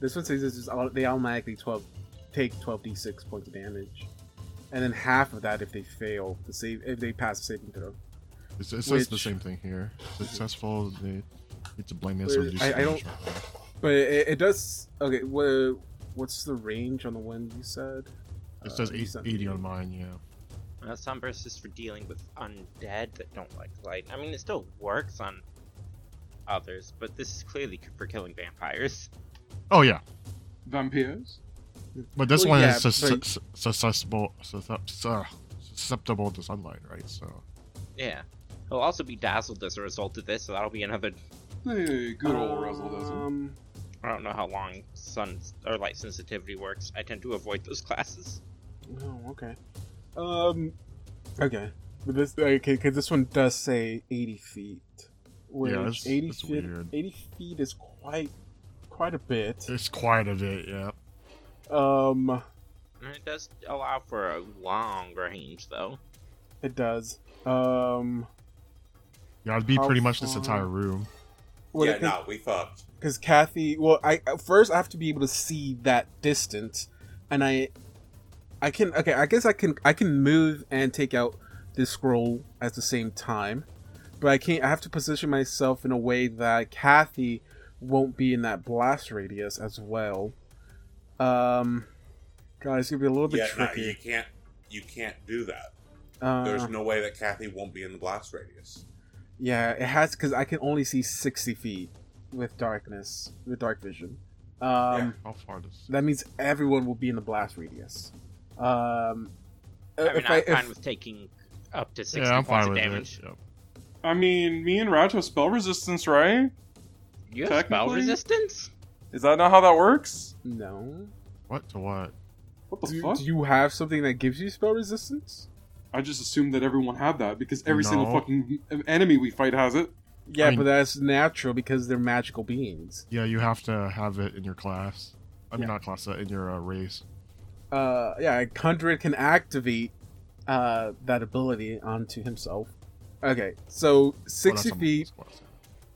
S5: This one says it's just all, they automatically 12 take 12d6 points of damage, and then half of that if they fail the save if they pass the saving throw.
S7: It, says- it says the
S5: Which-
S7: same thing here. Successful, they need to blame us.
S5: Wait, I- I don't- But it, it does. Okay, what what's the range on the one you said?
S7: It
S5: Uh,
S7: says
S5: you
S7: eight,
S5: said-
S7: 80 on mine. Yeah.
S1: Uh, sunburst is for dealing with undead that don't like light. I mean, it still works on others, but this is clearly for killing vampires.
S7: Oh yeah,
S5: Vampires?
S7: but this
S5: Well,
S7: one
S5: yeah,
S7: is sus-
S5: but-
S7: sus- susceptible, suscep- uh, susceptible to sunlight, right? So
S1: Yeah. He'll also be dazzled as a result of this, so that'll be another.
S2: Hey, good old Russell doesn't.
S5: Um,
S1: I don't know how long sun or light sensitivity works. I tend to avoid those classes.
S5: oh, okay. Um, okay. But this, okay, because this one does say 80 feet. Which
S6: it's-
S5: 80
S6: it's
S5: feet,
S6: weird.
S5: 80 feet is quite, quite a bit.
S7: it's quite a bit, yeah.
S5: Um,
S1: And it does allow for a long range, though.
S5: it does. Um,
S7: Yeah, it'd be
S5: How
S7: pretty much this
S5: far?
S7: entire room.
S5: well,
S3: yeah,
S5: it-
S3: no, we fucked.
S5: because Kathy. Well, I at first I have to be able to see that distance, and I, I can. Okay, I guess I can. I can move and take out this scroll at the same time, but I can't. I have to position myself in a way that Kathy won't be in that blast radius as well. Um, guys, it's gonna be a little bit
S3: Yeah, no, you
S5: tricky.
S3: can't. You can't do that.
S5: uh,
S3: There's no way that Kathy won't be in the blast radius.
S5: Yeah, it has because I can only see sixty feet with darkness with dark vision. Um,
S7: How far does?
S5: That means everyone will be in the blast radius. Um,
S1: I mean,
S5: if
S1: I'm
S5: I,
S1: fine
S5: if,
S1: with taking up to 60
S7: Yeah, I'm
S1: points
S7: fine
S1: of
S7: with
S1: damage.
S7: it. yeah.
S2: I mean, me and Raj have spell resistance, right?
S1: You have spell
S2: Technically-
S1: resistance?
S2: Is that not how that works?
S5: no.
S7: What to what?
S2: What the
S5: Do,
S2: fuck?
S5: do you have something that gives you spell resistance?
S2: I just assumed that everyone had that because every single
S7: No.
S2: fucking enemy we fight has it.
S5: Yeah,
S7: I mean-
S5: but that's natural because they're magical beings.
S7: Yeah, you have to have it in your class. I mean,
S5: Yeah.
S7: not class, uh, in your uh, race.
S5: Uh, yeah, Hundred can activate uh, that ability onto himself. Okay, so
S7: Well, that's
S5: sixty
S7: on my
S5: feet.
S7: class.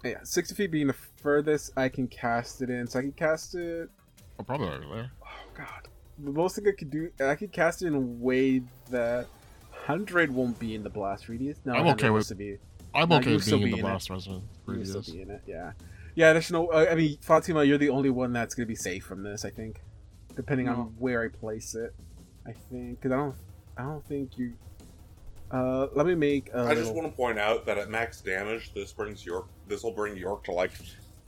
S5: Yeah, sixty feet being the furthest I can cast it in, so I can cast it
S7: Oh, probably over there.
S5: Oh god. The most thing I could do I could cast it in a way that hundred won't be in the blast radius. No,
S7: I'm
S5: 100
S7: okay with-
S5: has to be.
S7: I'm
S5: No,
S7: okay
S5: you'll
S7: with
S5: still
S7: being in
S5: be
S7: the
S5: in it.
S7: blast resident.
S5: you can still
S7: radius.
S5: be in it, yeah. Yeah, there's no uh, I mean Fatima, you're the only one that's gonna be safe from this, I think. Depending
S2: No.
S5: on where I place it. I think because I don't I don't think you uh let me make a
S3: I just
S5: little-
S3: want to point out that at max damage, this brings York. This will bring York to like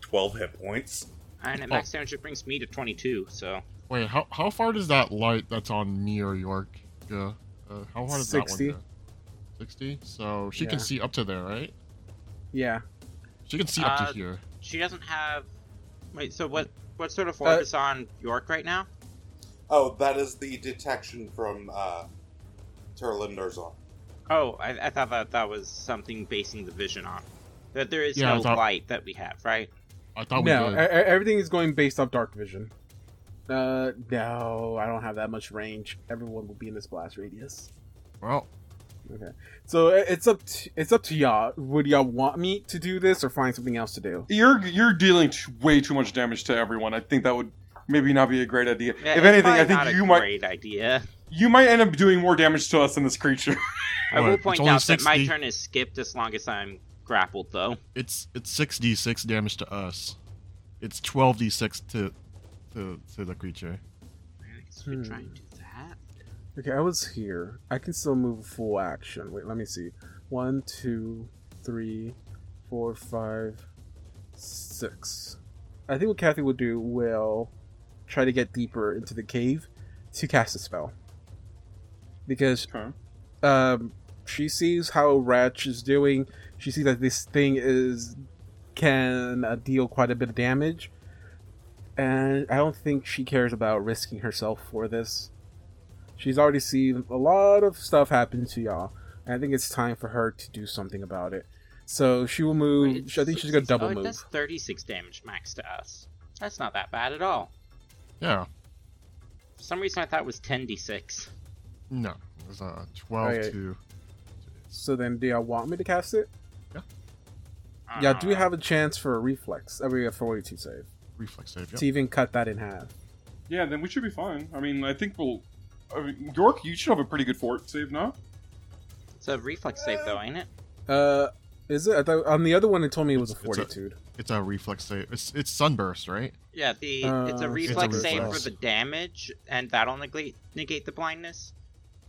S3: twelve hit points.
S1: And at
S7: Oh.
S1: max damage, it brings me to 22, so.
S7: Wait, how, how far does that light that's on me or York go? Uh, how far does that
S5: 60.
S7: one go? 60? So she can
S5: Yeah.
S7: see up to there, right?
S5: Yeah.
S7: She can see up
S1: Uh,
S7: to here.
S1: She doesn't have. Wait, so what What sort of orb
S5: Uh,
S1: is on York right now?
S3: Oh, that is the detection from uh, Terlinder's on.
S1: Oh, I, I thought that that was something basing the vision on. That there is
S7: Yeah, I
S1: no
S7: thought-
S1: light that we have, right?
S7: I thought
S5: no,
S7: we
S5: e-
S7: did.
S5: e- everything is going based off dark vision. Uh, no, I don't have that much range. Everyone will be in this blast radius.
S7: well,
S5: So i- it's up to it's up to y'all. Would y'all want me to do this or find something else to do?
S2: You're you're dealing t- way too much damage to everyone. I think that would maybe not be a great idea.
S1: Yeah,
S2: if
S1: it's
S2: anything, I
S1: probably not
S2: think
S1: a
S2: you might
S1: Great idea.
S2: you might end up doing more damage to us than this creature.
S1: I will
S7: What?
S1: point
S7: It's only
S1: out that my
S7: 60?
S1: turn is skipped as long as I'm grappled, though.
S7: it's it's 6d6 damage to us. It's 12d6 to to, to the creature.
S1: I guess we could try and do that.
S5: Okay, I was here. I can still move full action. Wait, let me see. One, two, three, four, five, six. I think what Kathy will do will try to get deeper into the cave to cast a spell because
S2: Okay.
S5: um, she sees how Ratch is doing. She sees that this thing is can uh, deal quite a bit of damage, and I don't think she cares about risking herself for this. She's already seen a lot of stuff happen to y'all, and I think it's time for her to do something about it. So she will move.
S1: Wait, it's
S5: I think she's gonna
S1: 66
S5: double
S1: oh,
S5: move.
S1: That's 36 damage max to us. That's not that bad at all.
S7: Yeah.
S1: For some reason, I thought it was 10d6.
S7: No. It's uh, 12
S5: Okay.
S7: to.
S5: So then, do y'all want me to cast it?
S1: I
S5: Y'all
S1: don't
S5: do
S6: Uh.
S1: know.
S5: have a chance for a reflex. Oh, I mean, a forty-two save
S7: Reflex save.
S5: to
S7: Yeah.
S5: even cut that in half.
S2: Yeah, then we should be fine. I mean, I think we'll. I mean, York, you should have a pretty good fort save now.
S1: It's a reflex save, though, ain't it?
S5: Uh, is it? I thought, on the other one, it told me it was a
S7: It's- it's a-
S5: fortitude.
S7: It's a reflex save. It's it's sunburst, right?
S1: Yeah, the
S5: Uh,
S1: it's
S5: it's
S1: a
S5: a
S1: reflex save for
S7: reflex.
S1: the damage, and that'll negate negate the blindness.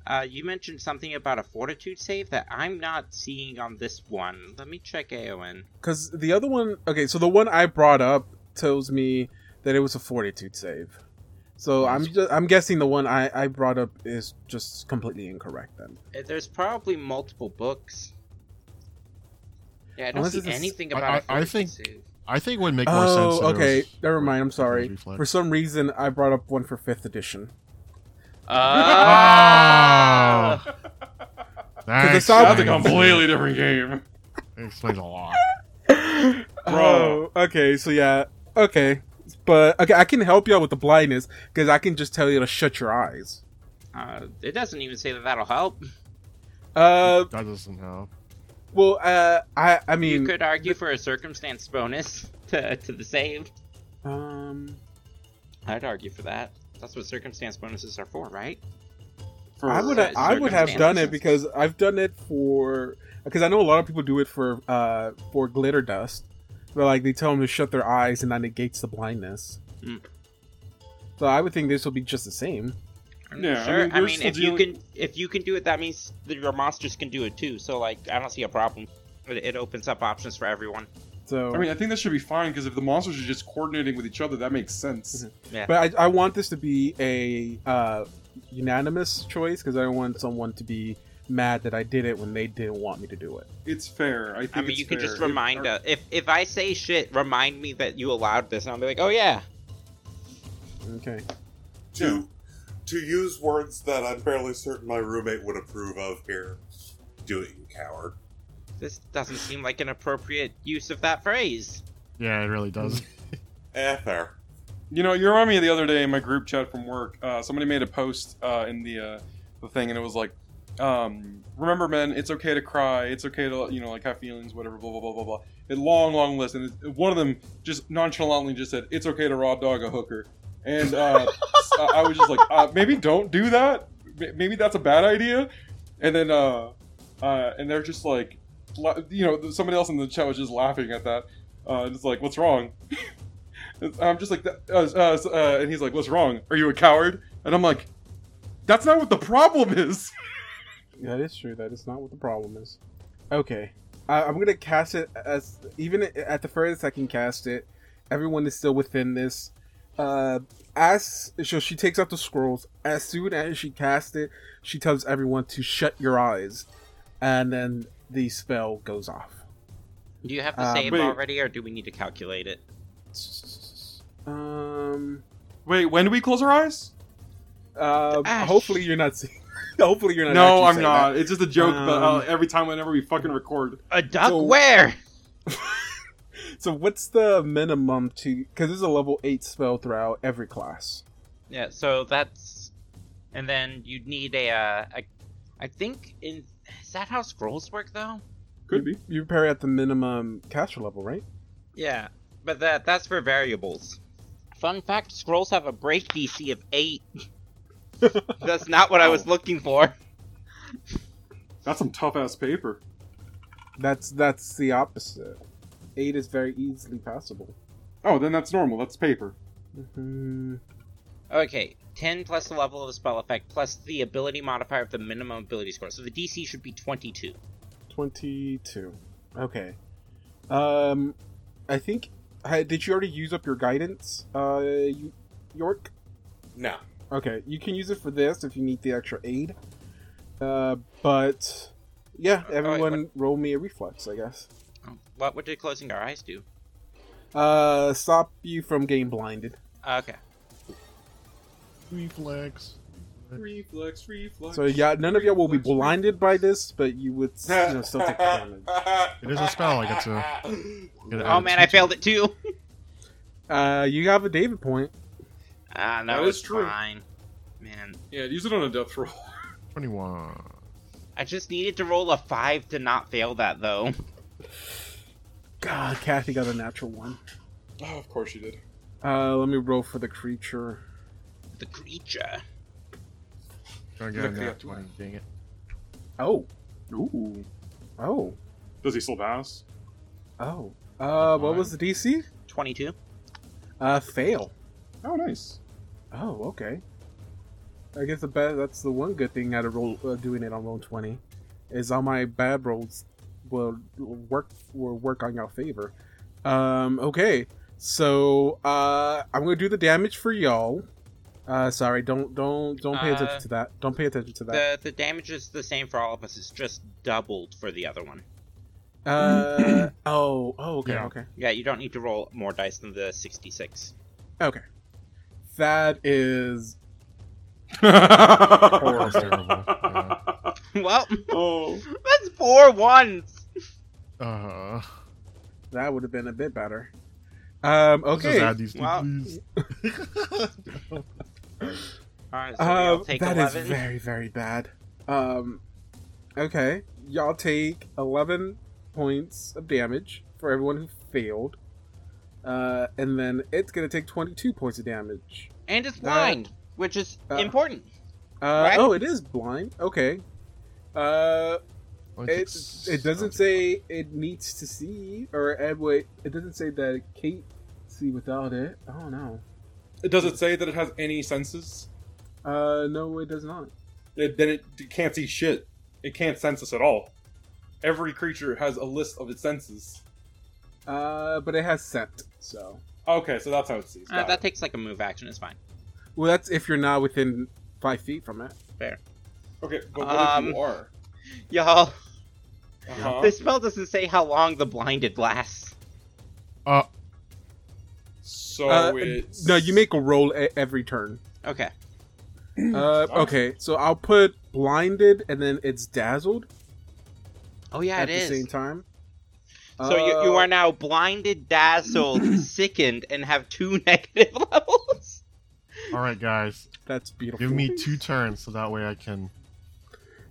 S1: Uh, you mentioned something about a fortitude save that I'm not seeing on this one. Let me check Aowen.
S5: Because the other one, okay, so the one I brought up tells me that it was a fortitude save. So I'm just, I'm guessing the one I, I brought up is just completely incorrect then.
S1: Uh, There's probably multiple books. Yeah, I don't
S5: Unless
S1: see
S5: it's a s-
S1: anything
S6: I-
S1: about a
S6: I- I
S1: fortitude
S6: think-
S1: save.
S6: I think it would make more sense.
S5: Oh,
S6: if it
S5: okay.
S6: was-
S5: Never mind. I'm sorry.
S6: Reflex.
S5: For some reason, I brought up one for fifth edition.
S1: Ah!
S6: That
S5: the sound-
S6: explains-
S2: That's a completely different game.
S6: it explains a lot.
S5: Bro. Oh, okay. So yeah. Okay. But okay, I can help you out with the blindness because I can just tell you to shut your eyes.
S1: Uh, it doesn't even say that that'll help.
S5: Uh.
S6: That doesn't help.
S5: Well. Uh. I. I mean.
S1: you could argue for a circumstance bonus to, to the save.
S5: Um.
S1: I'd argue for that. That's what circumstance bonuses are for, right?
S2: For-
S5: I would
S1: uh,
S5: I would have done it
S1: circumstances.
S5: because I've done it for because I know a lot of people do it for uh for glitter dust, where like they tell them to shut their eyes and that negates the blindness.
S1: Mm.
S5: So I would think this will be just the same.
S1: I'm
S2: Yeah, I
S1: not sure. I
S2: mean,
S1: mean,
S2: we're still
S1: if you
S2: dealing-
S1: can if you can do it, that means that your monsters can do it too. So like, I don't see a problem. It, it opens up options for everyone.
S5: So,
S2: I mean, I think that should be fine because if the monsters are just coordinating with each other, that makes sense.
S5: but I, I want this to be a uh, unanimous choice because I don't want someone to be mad that I did it when they didn't want me to do it.
S2: It's fair. I think.
S1: I mean,
S2: it's
S1: you could just
S2: fair.
S1: remind
S2: Or-
S1: us if if I say shit, remind me that you allowed this, and I'll be like, oh yeah.
S5: Okay.
S3: to to use words that I'm fairly certain my roommate would approve of here. Do it, you coward.
S1: This doesn't seem like an appropriate use of that phrase.
S6: Yeah, it really does.
S3: Eh, fair.
S2: You know, you remind me the other day in my group chat from work. Uh, somebody made a post uh, in the uh, the thing, and it was like, um, "Remember, men, it's okay to cry. It's okay to you know like have feelings, whatever." Blah blah blah blah blah. A long, long list, and it, one of them just nonchalantly just said, "It's okay to raw dog a hooker," and uh, s- I I was just like, uh, "Maybe don't do that. M- Maybe that's a bad idea." And then, uh, uh, and they're just like, la- you know, somebody else in the chat was just laughing at that. Uh, and it's like, "What's wrong?" I'm just like, uh, uh, uh, and he's like, "What's wrong? Are you a coward?" And I'm like, "That's not what the problem is."
S5: That is true. That is not what the problem is. Okay, I, I'm gonna cast it as even at the furthest I can cast it. Everyone is still within this. Uh, as so, she takes out the scrolls. As soon as she casts it, she tells everyone to shut your eyes, and then the spell goes off.
S1: Do you have the
S5: Uh,
S1: save
S2: wait.
S1: already, or do we need to calculate it?
S5: Um.
S2: Wait, when do we close our eyes?
S5: Uh,
S1: Ash.
S5: hopefully you're not seeing. hopefully you're not.
S2: no,
S5: actually
S2: I'm
S5: saying
S2: not. It's just a joke. but, uh,
S5: Um,
S2: every time, whenever we fucking record,
S1: A duck
S5: So-
S1: where?
S5: that. So what's the minimum to? Because this is a level eight spell throughout every class.
S1: Yeah, so that's, and then you'd need a, uh, a, I think in is that how scrolls work though?
S2: could be.
S5: You prepare at the minimum caster level, right?
S1: Yeah, but that that's for variables. Fun fact: scrolls have a break DC of eight. that's not what I was looking for.
S2: That's some tough ass paper.
S5: That's that's the opposite. Eight is very easily passable.
S2: Oh, then that's normal. That's paper.
S5: Mhm.
S1: Okay, ten plus the level of the spell effect plus the ability modifier of the minimum ability score. So the DC should be twenty-two.
S5: Twenty-two. Okay. Um, I think ha- did you already use up your guidance, uh, you, York?
S3: No.
S5: Okay, you can use it for this if you need the extra aid. Uh, but yeah,
S1: Uh,
S5: everyone roll me a reflex, I guess.
S1: Oh, What what did closing our eyes do?
S5: Uh, stop you from getting blinded.
S1: Okay,
S7: Reflex.
S2: Oh, Reflex, reflex.
S5: So yeah, none of y'all will be
S2: reflex, reflex.
S5: blinded by this, but you would you know, still take damage.
S6: It is a spell, I get to-
S2: Uh,
S6: Get
S1: Oh
S6: added
S1: man,
S6: two
S1: I
S6: to-
S1: failed it too.
S5: Uh, you have a David point.
S1: Ah, no,
S2: That
S1: it's
S2: is true.
S1: fine. Man,
S2: Yeah, use it on a death roll.
S6: Twenty-one.
S1: I just needed to roll a five to not fail that though.
S5: God, Kathy got a natural one.
S2: Oh, of course you did.
S5: Uh, let me roll for the creature.
S1: The creature.
S6: Trying to get a
S2: Look,
S6: nat
S2: yeah.
S6: twenty. Dang it.
S5: Oh,
S2: Ooh.
S5: oh,
S2: Does he still pass?
S5: oh. Uh, what was the DC?
S1: Twenty-two.
S5: Uh, fail.
S2: Oh, nice.
S5: Oh, okay. I guess the bad, that's the one good thing out of roll, uh, doing it on roll twenty, is all my bad rolls will work will work on your favor. Um, okay, so uh, I'm gonna do the damage for y'all. Uh, sorry, don't don't don't pay
S1: Uh,
S5: attention to that. Don't pay attention to that.
S1: The the damage is the same for all of us. It's just doubled for the other one.
S5: Uh, oh oh okay
S6: Yeah.
S5: okay
S1: Yeah, you don't need to roll more dice than the sixty-six.
S5: okay. That is
S6: That's terrible. Yeah.
S1: well,
S3: Oh.
S1: that's four ones.
S6: Uh,
S5: that would have been a bit better. Um,
S6: let's
S5: okay.
S6: Just add these two,
S1: Wow.
S6: please.
S1: All right, so we all
S5: Um,
S1: take
S5: that is
S1: eleven.
S5: very, very bad. Um, okay, y'all take eleven points of damage for everyone who failed, uh, and then it's gonna take twenty-two points of damage.
S1: and it's
S5: that-
S1: blind, which is
S5: uh,
S1: important.
S5: Uh,
S1: Right.
S5: Oh, it is blind. Okay. Uh, it it doesn't say it needs to see or Ed. Wait, it doesn't say that Kate see without it. Oh no.
S2: It does it say that it has any senses?
S5: Uh, no, it does not.
S2: It, then it can't see shit. It can't sense us at all. Every creature has a list of its senses.
S5: Uh, but it has scent. So,
S2: Okay, so that's how it sees.
S1: Uh,
S2: Got
S1: that takes like a move action. It's fine.
S5: well, that's if you're not within five feet from it.
S2: it. Okay, but what if
S1: Um,
S2: you are?
S1: Y'all,
S2: Uh-huh.
S1: this spell doesn't say how long the blinded lasts.
S2: so
S5: Uh,
S2: it's
S5: No, you make a roll e- every turn.
S1: Okay.
S5: Uh, okay, so I'll put blinded and then it's dazzled
S1: Oh yeah,
S5: at
S1: it is.
S5: the same Uh, time.
S1: So you, you are now blinded, dazzled, sickened, and have two negative levels.
S6: All right, guys,
S5: Uh, That's beautiful.
S6: give me two turns so that way I can.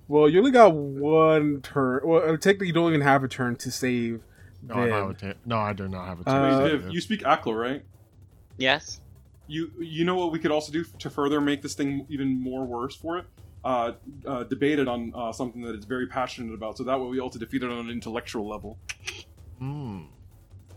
S5: Well, you only got one turn. Well, uh, technically, you don't even have a turn to save.
S6: No, I, don't have a
S5: Viv.
S6: ta- no I do not have a
S5: Uh,
S2: Wait,
S6: turn.
S2: Viv, you speak Aklo, right?
S1: Yes.
S2: You you know what we could also do to further make this thing even more worse for it? Uh, uh, debate it on uh, something that it's very passionate about, so that way we also defeat it on an intellectual level.
S6: Hmm.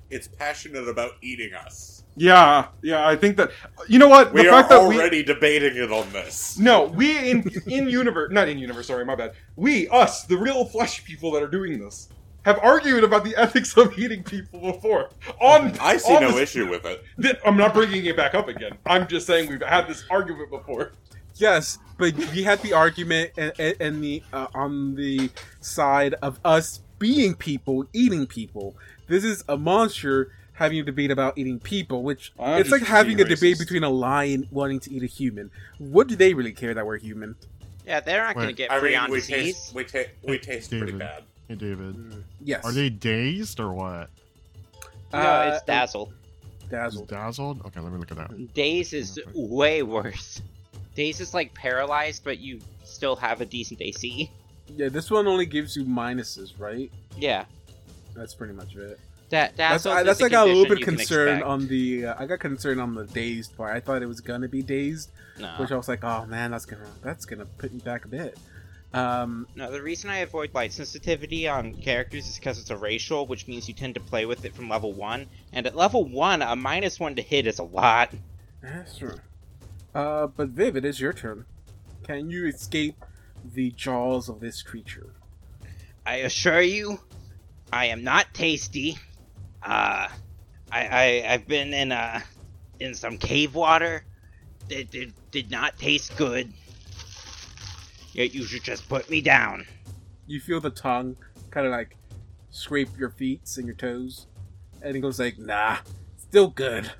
S3: It's passionate about eating us.
S2: Yeah, yeah, I think that you know what
S3: We
S2: the
S3: are
S2: fact that we
S3: already debating it on this.
S2: no we in in universe not in universe sorry my bad we us the real flesh people that are doing this have argued about the ethics of eating people before on
S3: I see
S2: on
S3: no
S2: this-
S3: issue with it.
S2: Th- I'm not bringing it back up again. I'm just saying we've had this argument before.
S5: Yes, but we had the argument and, and, and the uh, on the side of us being people, eating people. This is a monster having a debate about eating people, which
S2: I'm
S5: it's like
S2: just
S5: having a
S2: being
S5: debate
S2: racist.
S5: between a lion wanting to eat a human. What do they really care that we're human?
S1: Yeah, they're not going to
S6: Wait.
S1: get
S3: I
S1: free on
S3: mean, we
S1: disease.
S3: taste, we, ta- we taste pretty
S6: David.
S3: bad.
S6: Hey, David.
S5: Yes.
S6: Hmm. Are they dazed or what?
S1: No,
S5: Uh,
S1: it's dazzle.
S6: Is
S5: dazzled?
S6: dazzled? Okay, let me look at that.
S1: Daze is way worse. Daze is like paralyzed, but you still have a decent AC.
S5: Yeah, this one only gives you minuses, right?
S1: Yeah,
S5: That's pretty much it.
S1: that
S5: That's
S1: dazzle.
S5: I,
S1: is
S5: that's
S1: a
S5: I got a little
S1: condition
S5: bit
S1: you can
S5: concerned
S1: expect.
S5: on the uh, I got concerned on the dazed part. I thought it was gonna be dazed.
S1: No.
S5: which I was like, oh man, that's gonna that's gonna put me back a bit. Um,
S1: No, the reason I avoid light sensitivity on characters is because it's a racial, which means you tend to play with it from level one. And at level one, a minus one to hit is a lot.
S5: that's true. Uh, but Viv, it is your turn. Can you escape the jaws of this creature?
S1: I assure you, I am not tasty. Uh, I, I I've been in uh in some cave water that did, did not taste good. Yet you should just put me down.
S5: You feel the tongue kind of like scrape your feet and your toes, and it goes like, nah, still good.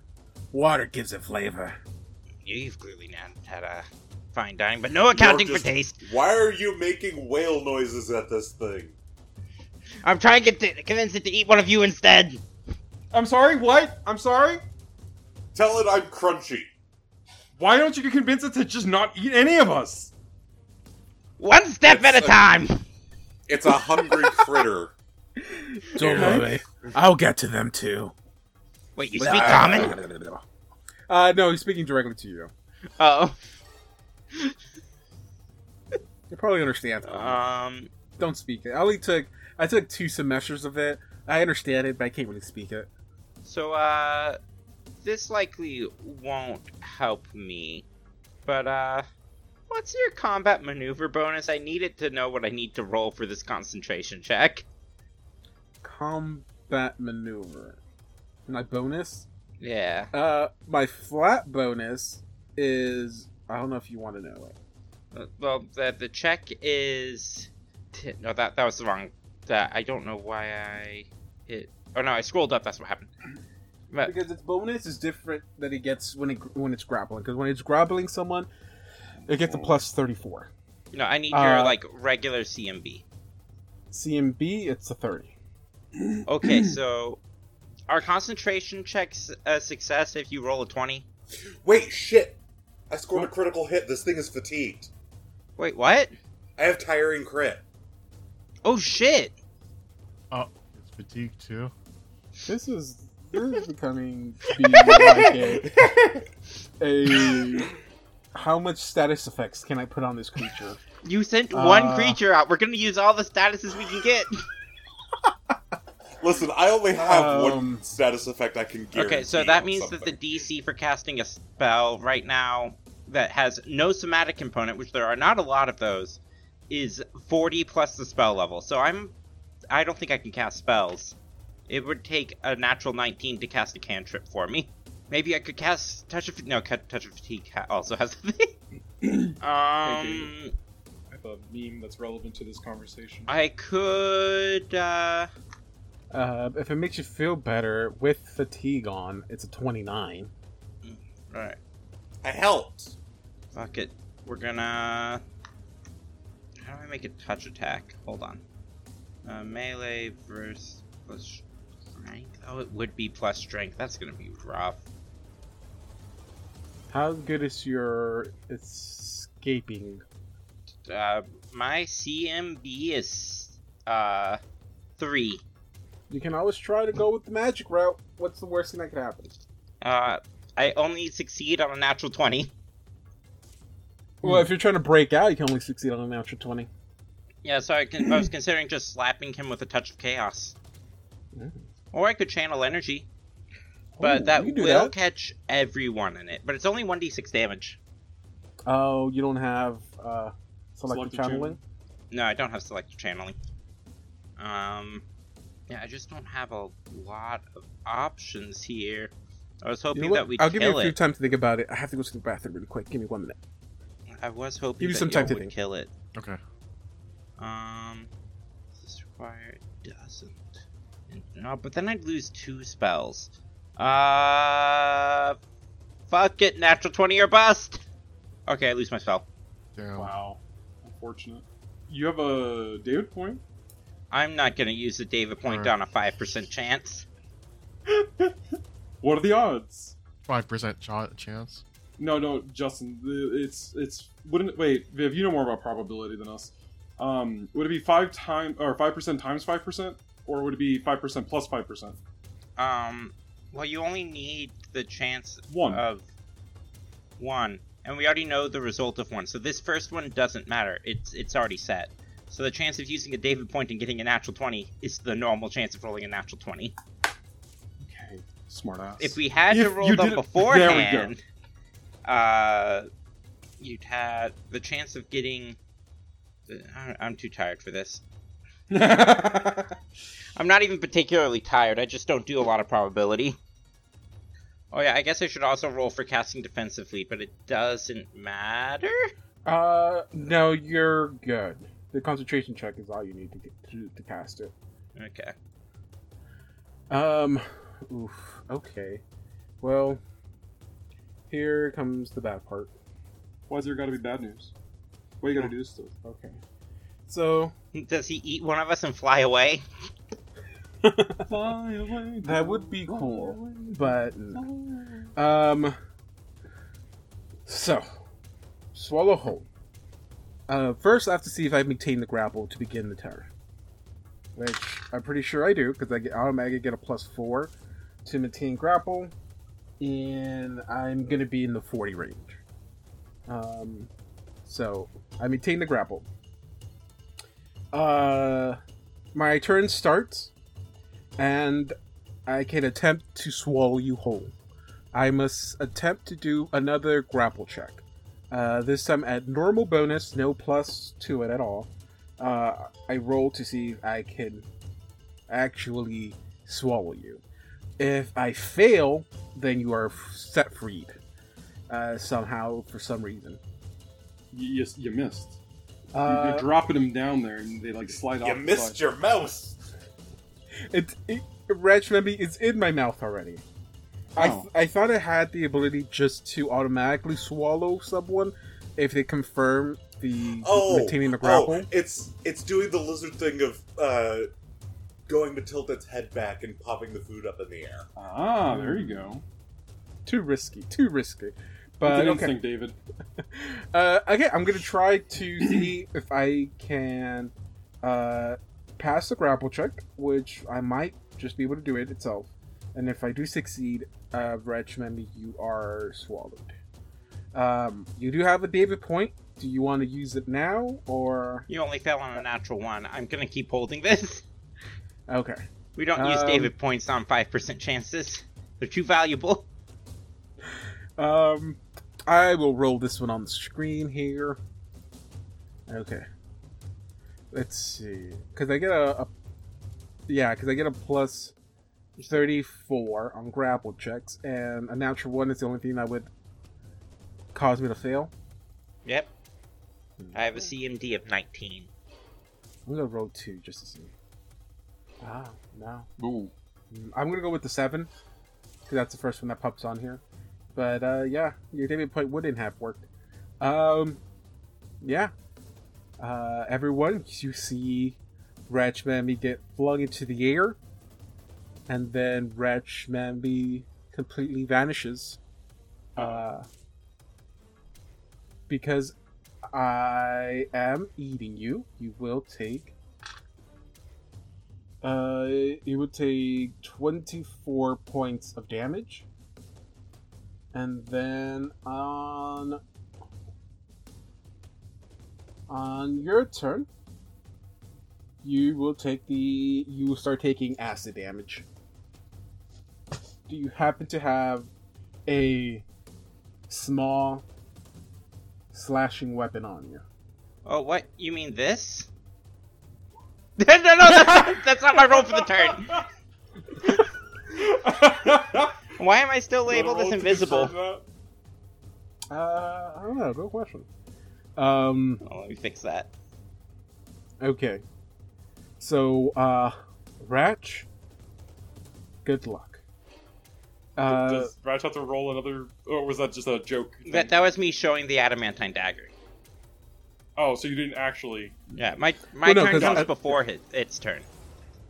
S5: Water gives it flavor.
S1: You've clearly not had a fine dining, but no accounting
S3: just-
S1: for taste.
S3: Why are you making whale noises at this thing?
S1: I'm trying to get to convince it to eat one of you instead.
S2: I'm sorry, what? I'm sorry?
S3: Tell it I'm crunchy.
S2: Why don't you convince it to just not eat any of us?
S1: One step at a
S3: That's a-
S1: time.
S3: It's a hungry critter.
S5: Don't worry, I'll get to them too.
S1: Wait, you speak common?
S5: Uh, no, he's speaking directly to you.
S1: Oh,
S5: You probably understand.
S1: um,
S5: don't speak it. I only took I took two semesters of it. I understand it, but I can't really speak it.
S1: So, uh, this likely won't help me, but, uh, What's your combat maneuver bonus? I needed to know what I need to roll for this concentration check.
S5: Combat maneuver. My bonus?
S1: Yeah.
S5: Uh, my flat bonus is. I don't know if you want to know it.
S1: Uh, Well, the, the check is. T- no, that that was the wrong. That I don't know why I hit. Oh no, I scrolled up. That's what happened. But
S5: because its bonus is different that it gets when it when it's grappling. Because when it's grappling someone, it gets a plus thirty four.
S1: no, I need your
S5: Uh,
S1: like regular CMB.
S5: CMB, it's a thirty.
S1: Okay, so our concentration checks a success if you roll a twenty.
S3: Wait, shit! I scored a critical hit. This thing is fatigued.
S1: Wait, what?
S3: I have tiring crit.
S1: Oh shit!
S7: It's fatigue too.
S5: This is this is becoming to be like a, a how much status effects can I put on this creature?
S1: You sent one
S5: Uh.
S1: creature out. We're gonna use all the statuses we can get.
S3: Listen, I only have
S5: Um,
S3: one status effect I can guarantee.
S1: Okay, so that
S3: on
S1: means
S3: something.
S1: that the DC for casting a spell right now that has no somatic component, which there are not a lot of those, is 40 plus the spell level. So I'm I don't think I can cast spells. It would take a natural 19 to cast a cantrip for me. Maybe I could cast touch of no, Ca- touch of fatigue ha- also has the thing. um,
S2: you. I have a meme that's relevant to this conversation.
S1: I could uh
S5: Uh, if it makes you feel better with fatigue on, it's a twenty nine.
S1: all right.
S3: I helped.
S1: Fuck it. We're gonna. How do I make a touch attack? Hold on. Uh, melee versus plus strength. Oh, it would be plus strength. That's gonna be rough.
S5: How good is your escaping?
S1: Uh, my CMB is uh three.
S5: You can always try to go with the magic route. What's the worst thing that could happen?
S1: Uh, I only succeed on a natural twenty.
S5: Well, if you're trying to break out, you can only succeed on a natural twenty.
S1: Yeah, so I, can, I was considering just slapping him with a touch of chaos,
S5: Mm.
S1: or I could channel energy, but
S5: Ooh,
S1: that
S5: Oh, you
S1: will
S5: can do that.
S1: catch everyone in it. But it's only one d six damage.
S5: Oh, you don't have uh, selective
S2: Selective
S5: channeling.
S1: No, I don't have selective channeling. Um, yeah, I just don't have a lot of options here. I was hoping
S5: You know
S1: that
S5: what?
S1: we
S5: I'll
S1: kill
S5: give you a few
S1: it.
S5: time to think about it. I have to go to the bathroom really quick. Give me one minute.
S1: I was hoping
S5: Give you
S1: that
S5: some time
S1: y'all
S5: to
S1: would
S5: think.
S1: kill it.
S7: Okay.
S1: Um, does this require? It doesn't. No, but then I'd lose two spells. Uh, fuck it, natural twenty or bust. Okay, I lose my spell.
S7: Damn.
S2: Wow, unfortunate. You have a David point.
S1: I'm not gonna use the David point
S7: Alright.
S1: on a five percent chance.
S2: What are the odds?
S7: Five percent ch- chance.
S2: No, no, Justin. the- It's it's wouldn't wait, Viv. You know more about probability than us. Um, would it be five times or five percent times five percent, or would it be five percent plus five percent?
S1: Um, well, you only need the chance
S2: One.
S1: of one, and we already know the result of one. So this first one doesn't matter. It's it's already set. So the chance of using a David point and getting a natural twenty is the normal chance of rolling a natural twenty.
S2: okay, smart ass.
S1: If we had to
S2: If
S1: roll
S2: you
S1: them
S2: did it- there we
S1: beforehand, uh, you'd have the chance of getting. uh, I- I'm too tired for this. I'm not even particularly tired. I just don't do a lot of probability. Oh yeah, I guess I should also roll for casting defensively, but it doesn't matter.
S5: Uh, no, you're good. The concentration check is all you need to get to, to cast it.
S1: Okay.
S5: Um, oof. Okay. Well, here comes the bad part.
S2: Why's there got to be bad news? Why you got to do this stuff?
S5: Okay. So
S1: Does he eat one of us and fly away?
S2: Fly away,
S5: That would be
S2: fly
S5: cool,
S2: away,
S5: but
S2: fly away.
S5: Um. So, swallow whole. Uh, first, I have to see if I maintain the grapple to begin the terror, which I'm pretty sure I do because I get automatically get a plus four to maintain grapple, and I'm gonna be in the forty range. Um, so I maintain the grapple. Uh, my turn starts, and I can attempt to swallow you whole. I must attempt to do another grapple check. Uh, this time at normal bonus, no plus to it at all. Uh, I roll to see if I can actually swallow you. If I fail, then you are f- set freed uh, somehow for some reason.
S2: You, you, you missed.
S5: Uh,
S2: You're dropping them down there, and they like slide off.
S3: You missed your mouse.
S5: It, it Reg Memby is in my mouth already. I, th-
S2: Oh.
S5: I thought it had the ability just to automatically swallow someone if they confirm the
S3: Oh,
S5: maintaining the
S3: Oh,
S5: grapple.
S3: it's it's doing the lizard thing of uh, going Matilda's head back and popping the food up in the air.
S2: Ah, there you go.
S5: Too risky, too risky.
S2: But
S5: But
S2: don't
S5: okay,
S2: think, David.
S5: uh, okay, I'm gonna try to see if I can uh, pass the grapple check, which I might just be able to do it itself. And if I do succeed, uh, Reg Memby, you are swallowed. Um, you do have a David point. Do you want to use it now or
S1: You only fell on a natural one. I'm gonna keep holding this.
S5: okay?
S1: We don't use
S5: Um,
S1: David points on 5% chances. They're too valuable.
S5: Um, I will roll this one on the screen here. Okay. Let's see, because I get a, a yeah, because I get a plus thirty-four on grapple checks, and a natural one is the only thing that would cause me to fail.
S1: Yep. I have a CMD of 19.
S5: I'm gonna roll two just to see. Ah, no.
S2: Ooh.
S5: Mm, I'm gonna go with the seven, because that's the first one that pops on here. But uh, yeah, your David point wouldn't have worked. Um, yeah. Uh, everyone, you see Ratch Mamby get flung into the air, and then Ratch Mamby completely vanishes. Uh, because I am eating you, you will take uh, it would take 24 points of damage. And then on on your turn, you will take the you will start taking acid damage. Do you happen to have a small slashing weapon on you?
S1: Oh, what? You mean this? no, no, no, that's, that's not my roll for the turn. Why am I still labeled as invisible?
S5: Uh, I don't know. Good question. Um,
S1: Oh, let me fix that.
S5: Okay. So, uh, Ratch, good luck. Uh,
S2: Does Ratch have to roll another, or was that just a joke? thing?
S1: That, that was me showing the adamantine dagger.
S2: oh, so you didn't actually.
S1: Yeah, my my
S5: Well, no,
S1: turn
S5: 'cause
S1: comes
S5: I-
S1: before his, its turn.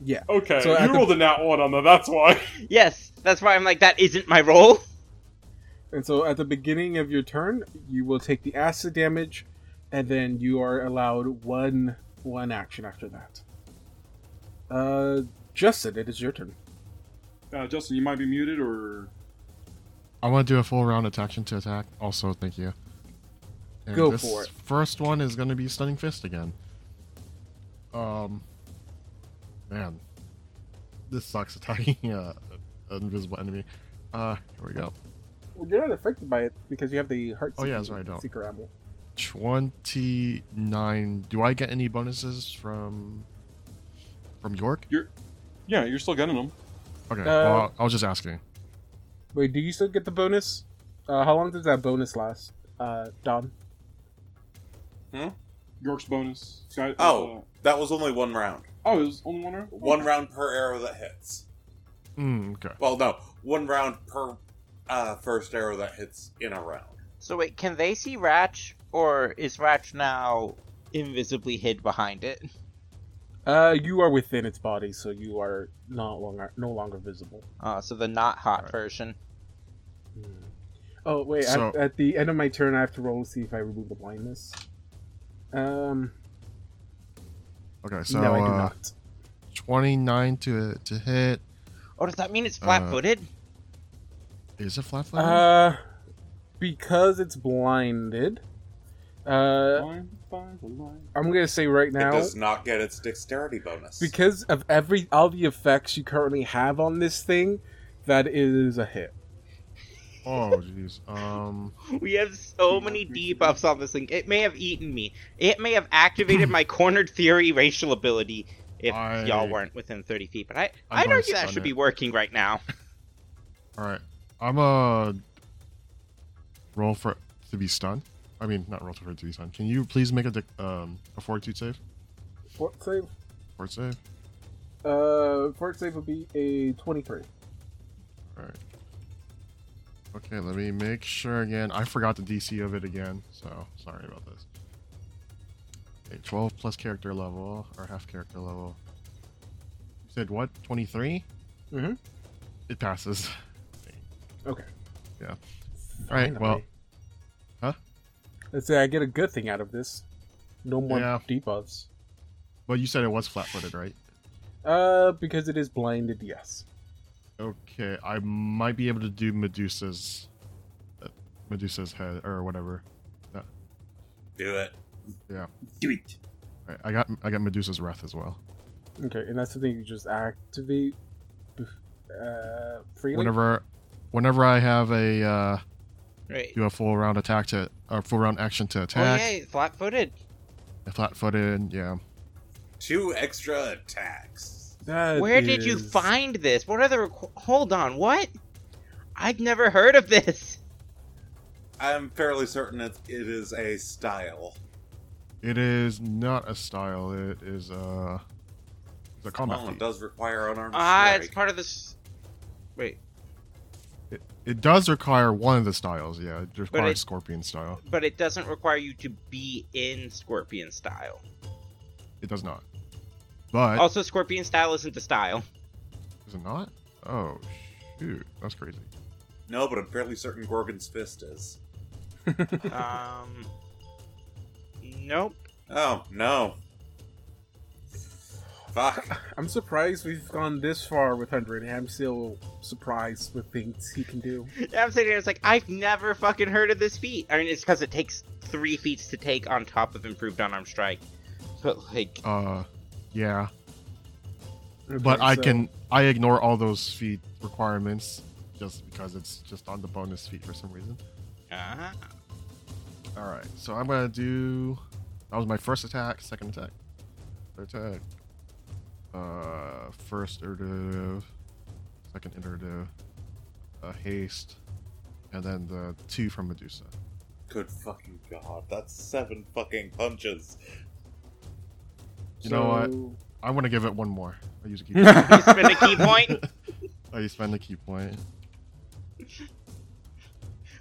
S5: yeah.
S2: Okay,
S5: So at
S2: you
S5: the-
S2: rolled a nat one on that. That's why.
S1: Yes, that's why I'm like, that isn't my roll.
S5: And so at the beginning of your turn, you will take the acid damage, and then you are allowed one one action after that. Uh, Justin, it is your turn.
S2: Uh, Justin, you might be muted, or
S7: I want to do a full round attraction to attack. Also, thank you. And
S5: Go
S7: this
S5: for it.
S7: First one is going to be stunning fist again. Um, man, this sucks attacking uh, an invisible enemy. Uh, here we go.
S5: Well, you're not affected by it because you have the heart.
S7: Oh,
S5: Seeker-
S7: yeah, that's right, I don't.
S5: Seeker ammo.
S7: Twenty nine. Do I get any bonuses from from York?
S2: yeah, you're still getting them.
S7: Okay.
S5: Uh,
S7: well, I was just asking.
S5: Wait, do you still get the bonus? Uh, how long does that bonus last? Uh, Don.
S2: York's bonus. Guy-
S3: Oh, that was only one round.
S2: uh, oh, it was only one round.
S3: One round per arrow that hits.
S7: Mm, okay.
S3: Well, no, one round per uh, first arrow that hits in a round.
S1: So wait, can they see Ratch, or is Ratch now invisibly hid behind it?
S5: Uh, you are within its body, so you are not longer no longer visible.
S1: Uh, so the not hot
S7: Right.
S1: version.
S5: Oh wait!
S7: So-
S5: at, at the end of my turn, I have to roll to see if I remove the blindness. Um,
S7: Okay. So
S5: no, I do
S7: uh,
S5: not.
S7: twenty nine to to hit.
S1: Oh, does that mean it's
S7: Uh,
S1: flat-footed?
S7: Is it flat footed?
S5: Uh, because it's blinded. Uh,
S2: Line, line, line.
S5: I'm gonna say right
S3: it
S5: now
S3: does not get its dexterity bonus.
S5: because of every all the effects you currently have on this thing, that is a hit.
S7: Oh jeez. Um.
S1: We have so many debuffs on this thing. It may have eaten me. It may have activated my cornered theory racial ability if
S7: I-
S1: y'all weren't within 30 feet. But I,
S7: I'm
S1: I'd
S7: gonna
S1: argue that
S7: stun
S1: should
S7: it.
S1: be working right now.
S7: All right. I'm a roll for to be stunned. I mean, not roll for it to be stunned. Can you please make a dec- um a fortitude save?
S5: Fort save.
S7: Fort save.
S5: Uh, fort save would be a twenty-three.
S7: All right. Okay, let me make sure again. I forgot the DC of it again, so sorry about this. Okay, 12 plus character level or half character level. You said what? 23?
S5: Mhm.
S7: It passes.
S5: Okay.
S7: Yeah. All right. Well, Huh?
S5: Let's say I get a good thing out of this. No more
S7: Yeah.
S5: debuffs.
S7: well, you said it was flat-footed, right?
S5: Uh, because it is blinded. Yes.
S7: Okay, I might be able to do Medusa's uh, Medusa's head or whatever.
S3: Do it.
S7: Yeah.
S3: Do it.
S7: All right, I got I got Medusa's wrath as well.
S5: Okay, and that's the thing you just activate. bef- Uh, freely.
S7: Whenever whenever I have a uh
S1: Right.
S7: do a full round attack to or full round action to
S1: Oh,
S7: attack.
S1: yeah, flat footed.
S7: Flat footed, yeah.
S3: Two extra attacks.
S5: That
S1: Where did you
S5: is-
S1: find this? What are the. Requ- Hold on, what? I'd never heard of this.
S3: I'm fairly certain it, it is a style.
S7: It is not a style, it is uh it's a combat
S3: Well, it
S7: feat.
S3: does require unarmed
S1: Ah,
S3: strike.
S1: it's part of this. Wait,
S7: It, it does require one of the styles, yeah. It
S1: it-
S7: requires scorpion style.
S1: but it doesn't require you to be in Scorpion style.
S7: It does not. But
S1: Also, Scorpion style isn't the style.
S7: is it not? Oh shoot, that's crazy.
S3: No, but I'm fairly certain Gorgon's fist is.
S1: Um. Nope.
S3: Oh no. Fuck.
S5: I'm surprised we've gone this far with Hundred. I'm still surprised with things he can do.
S1: I'm sitting here, it's like, I've never fucking heard of this feat. I mean, it's because it takes three feats to take on top of improved unarmed strike. But, like,
S7: Uh yeah.
S5: Okay,
S7: but I
S5: so-
S7: can I ignore all those feat requirements just because it's just on the bonus feat for some reason.
S1: uh
S7: All right, so I'm gonna do. That was my first attack, second attack, third attack. Uh, first iterative, second iterative, uh, haste, and then the two from Medusa.
S3: Good fucking god. That's seven fucking punches.
S7: You know what?
S5: so-
S7: I want to give it one more. I use a key. point.
S1: you spend a key point?
S7: I spend a key point.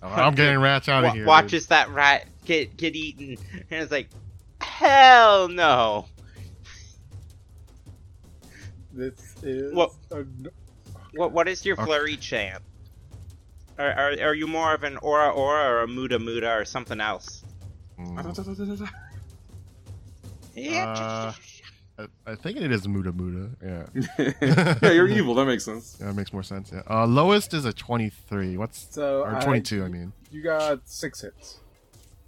S7: Oh, I'm getting rats out of
S1: wa-
S7: here. dude.
S1: watches that rat get, get eaten. And it's like, hell no.
S5: This is
S1: What-
S5: a-
S1: What, what is your
S7: Okay.
S1: flurry chant? Are, are, are you more of an aura aura or a muda muda or something else?
S7: Mm,
S1: Yeah.
S7: Uh, I, I think it is Muda Muda. Yeah.
S2: yeah, you're evil. That makes sense.
S7: Yeah, that makes more sense. Yeah. Uh, lowest is a 23. What's
S5: so
S7: or
S5: I-
S7: 22? I, mean,
S5: You got six hits.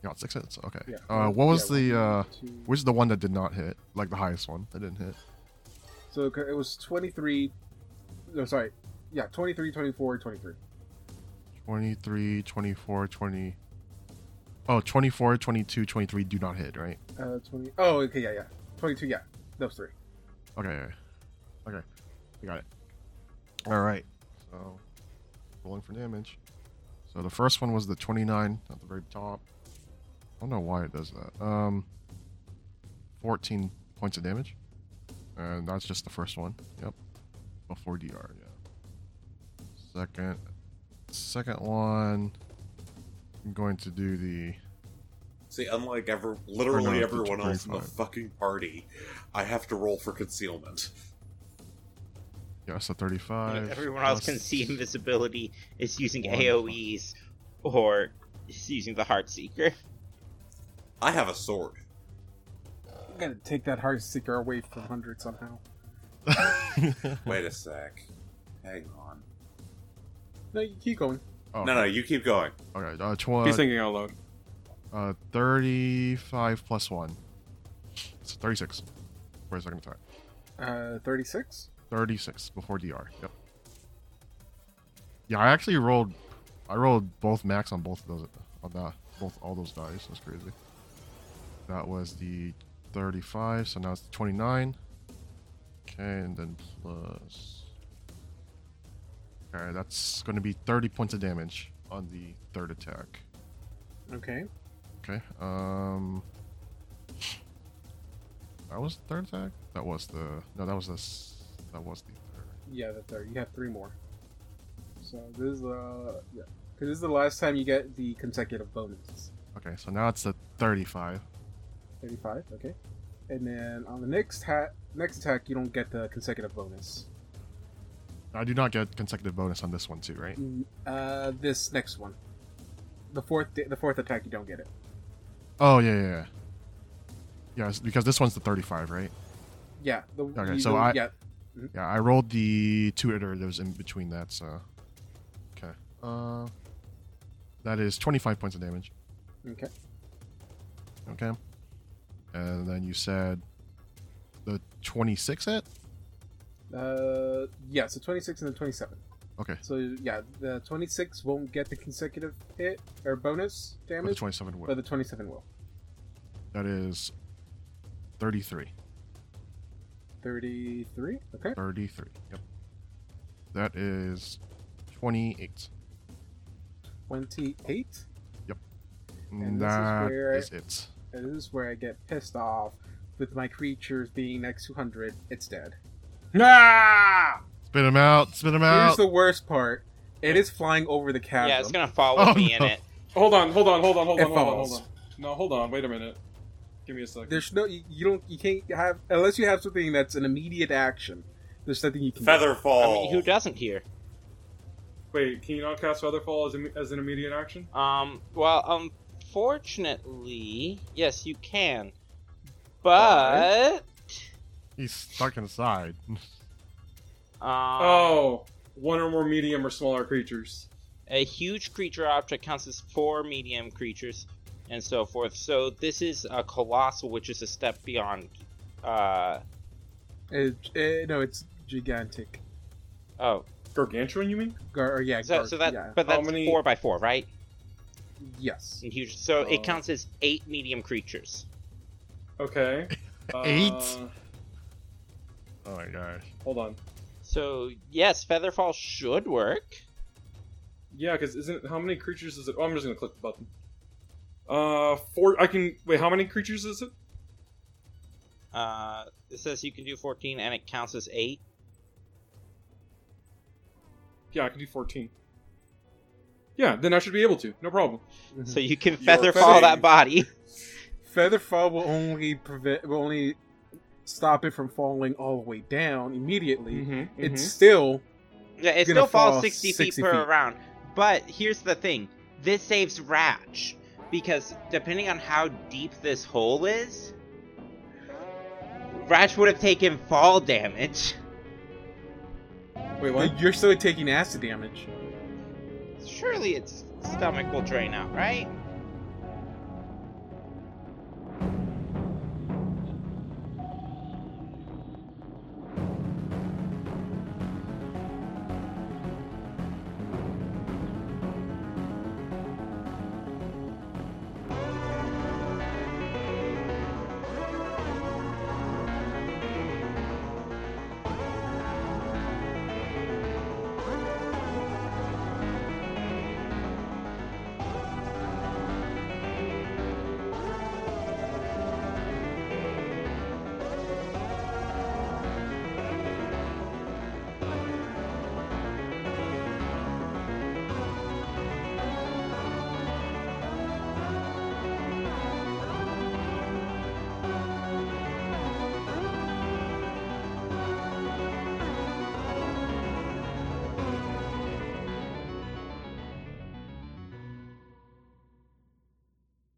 S7: you got six hits. Okay.
S5: Yeah.
S7: Uh, what was
S5: Yeah,
S7: the
S5: one,
S7: uh,
S5: two-
S7: which is the one that did not hit? Like the highest one that didn't hit.
S5: So it it was 23. No, sorry. Yeah, 23, 24, 23.
S7: 23, 24, 20. Oh, 24, 22, 23 do not hit, right?
S5: Uh, 20. Oh, okay, yeah, yeah. 22, yeah. Those three.
S7: Okay. Okay. okay. I got it. All right. So, rolling for damage. So the first one was the 29 at the very top. I don't know why it does that. Um, 14 points of damage. And that's just the first one. Yep. Before DR, yeah. Second. Second one. I'm going to do the.
S3: See, unlike ever literally
S7: no,
S3: everyone else in the
S7: 25.
S3: fucking party, I have to roll for concealment.
S7: Yeah, so 35.
S1: Everyone else
S7: plus-
S1: can see invisibility. It's using
S7: One.
S1: AoEs or it's using the Heart Seeker.
S3: I have a sword.
S5: I'm gonna take that heart seeker away from 100 somehow.
S3: Wait a sec. Hang on.
S5: No, you keep going.
S7: oh,
S3: No, no, you keep going.
S7: Okay. Uh, tw-
S2: He's thinking out loud.
S7: Uh, 35 plus 1. So 36. For a second attack.
S5: Uh, 36?
S7: 36 before DR. Yep. Yeah, I actually rolled. I rolled both max on both of those on that both all those dice. That's crazy. That was the 35, so now it's 29. Okay, and then plus. Alright, that's going to be 30 points of damage on the third attack.
S5: Okay.
S7: Okay, um. That was the third attack? That was the. No, that was the. s- That was the third.
S5: Yeah, the third. You have three more. So this is the yeah, 'Cause this is the last time you get the consecutive bonuses.
S7: Okay, so now it's the 35.
S5: Thirty-five. Okay. And then on the next hat, next attack, you don't get the consecutive bonus.
S7: I do not get consecutive bonus on this one, too, right?
S5: Mm, Uh, this next one, the fourth, the fourth attack, you don't get it.
S7: Oh, yeah, yeah, yeah. Yeah, it's- because this one's the 35, right?
S5: Yeah. The,
S7: Okay,
S5: you
S7: so
S5: don't-
S7: I-
S5: yeah.
S7: Yeah, I rolled the two iteratives in between that, so. Okay. Uh, that is 25 points of damage.
S5: Okay.
S7: Okay. And then you said the 26 hit?
S5: Uh, yeah. So twenty-six and then twenty-seven.
S7: Okay.
S5: So yeah, the twenty-six won't get the consecutive hit or bonus
S7: But the
S5: damage,
S7: 27 would.
S5: but the twenty-seven will.
S7: That is 33.
S5: Thirty-three. Okay.
S7: 33. Yep. That is 28.
S5: Twenty-eight. And
S7: And
S5: this is
S7: that
S5: where-
S7: is it.
S5: And this is where I get pissed off with my creatures being next 200. It's dead.
S1: Ah!
S7: Spit him out. Spit him
S5: Here's
S7: out.
S5: the worst part. It is flying over the chasm.
S1: Yeah, it's gonna fall
S7: Oh,
S1: with me
S7: no.
S1: in it.
S2: Hold on, hold on, hold on, hold
S5: It
S2: on, hold on, hold
S5: falls.
S2: on. No, hold on. Wait a minute. Give me a second.
S5: There's no you, you don't you can't have unless you have something that's an immediate action. There's nothing you can
S3: Feather
S1: I
S3: fall.
S1: mean, who doesn't here?
S2: Wait, can you not cast Featherfall as, a, as an immediate action?
S1: Um, well, unfortunately, yes, you can, but
S7: He's stuck inside.
S1: um,
S4: Uh.
S2: Oh, one or more medium or smaller creatures.
S1: a huge creature object counts as four medium creatures, and so forth. So this is a colossal, which is a step beyond. Uh
S5: do. It, eh, no, it's gigantic.
S1: oh,
S2: Gargantuan, you mean?
S5: Gar, or yeah,
S1: so,
S5: gar-
S1: so that
S5: yeah.
S1: but
S2: How
S1: that's
S2: many-
S1: four by four, right?
S5: yes.
S1: And huge. So
S2: Oh.
S1: it counts as eight medium creatures.
S2: Okay. Uh,
S7: Eight? Oh my gosh.
S2: Hold on.
S1: So yes, Featherfall should work.
S2: Yeah, because isn't how many creatures is it? Oh, I'm just gonna click the button. Uh, four. I can wait. How many creatures is it?
S1: Uh, it says you can do 14 and it counts as 8.
S2: Yeah, I can do fourteen. Yeah, then I should be able to. No problem.
S5: Mhm.
S1: So you can
S3: You're
S1: feather fall that
S3: saved.
S1: body.
S5: Featherfall will only prevent will only stop it from falling all the way down immediately.
S2: Mm-hmm.
S5: It's still
S1: Yeah, it
S5: Gonna
S1: still falls
S5: fall
S1: 60,
S5: 60
S1: feet per
S5: feet.
S1: round. But here's the thing this saves Ratch. Because depending on how deep this hole is, Ratch would have taken fall damage.
S2: Wait, what?
S5: you're still taking acid damage.
S1: Surely its stomach will drain out, right?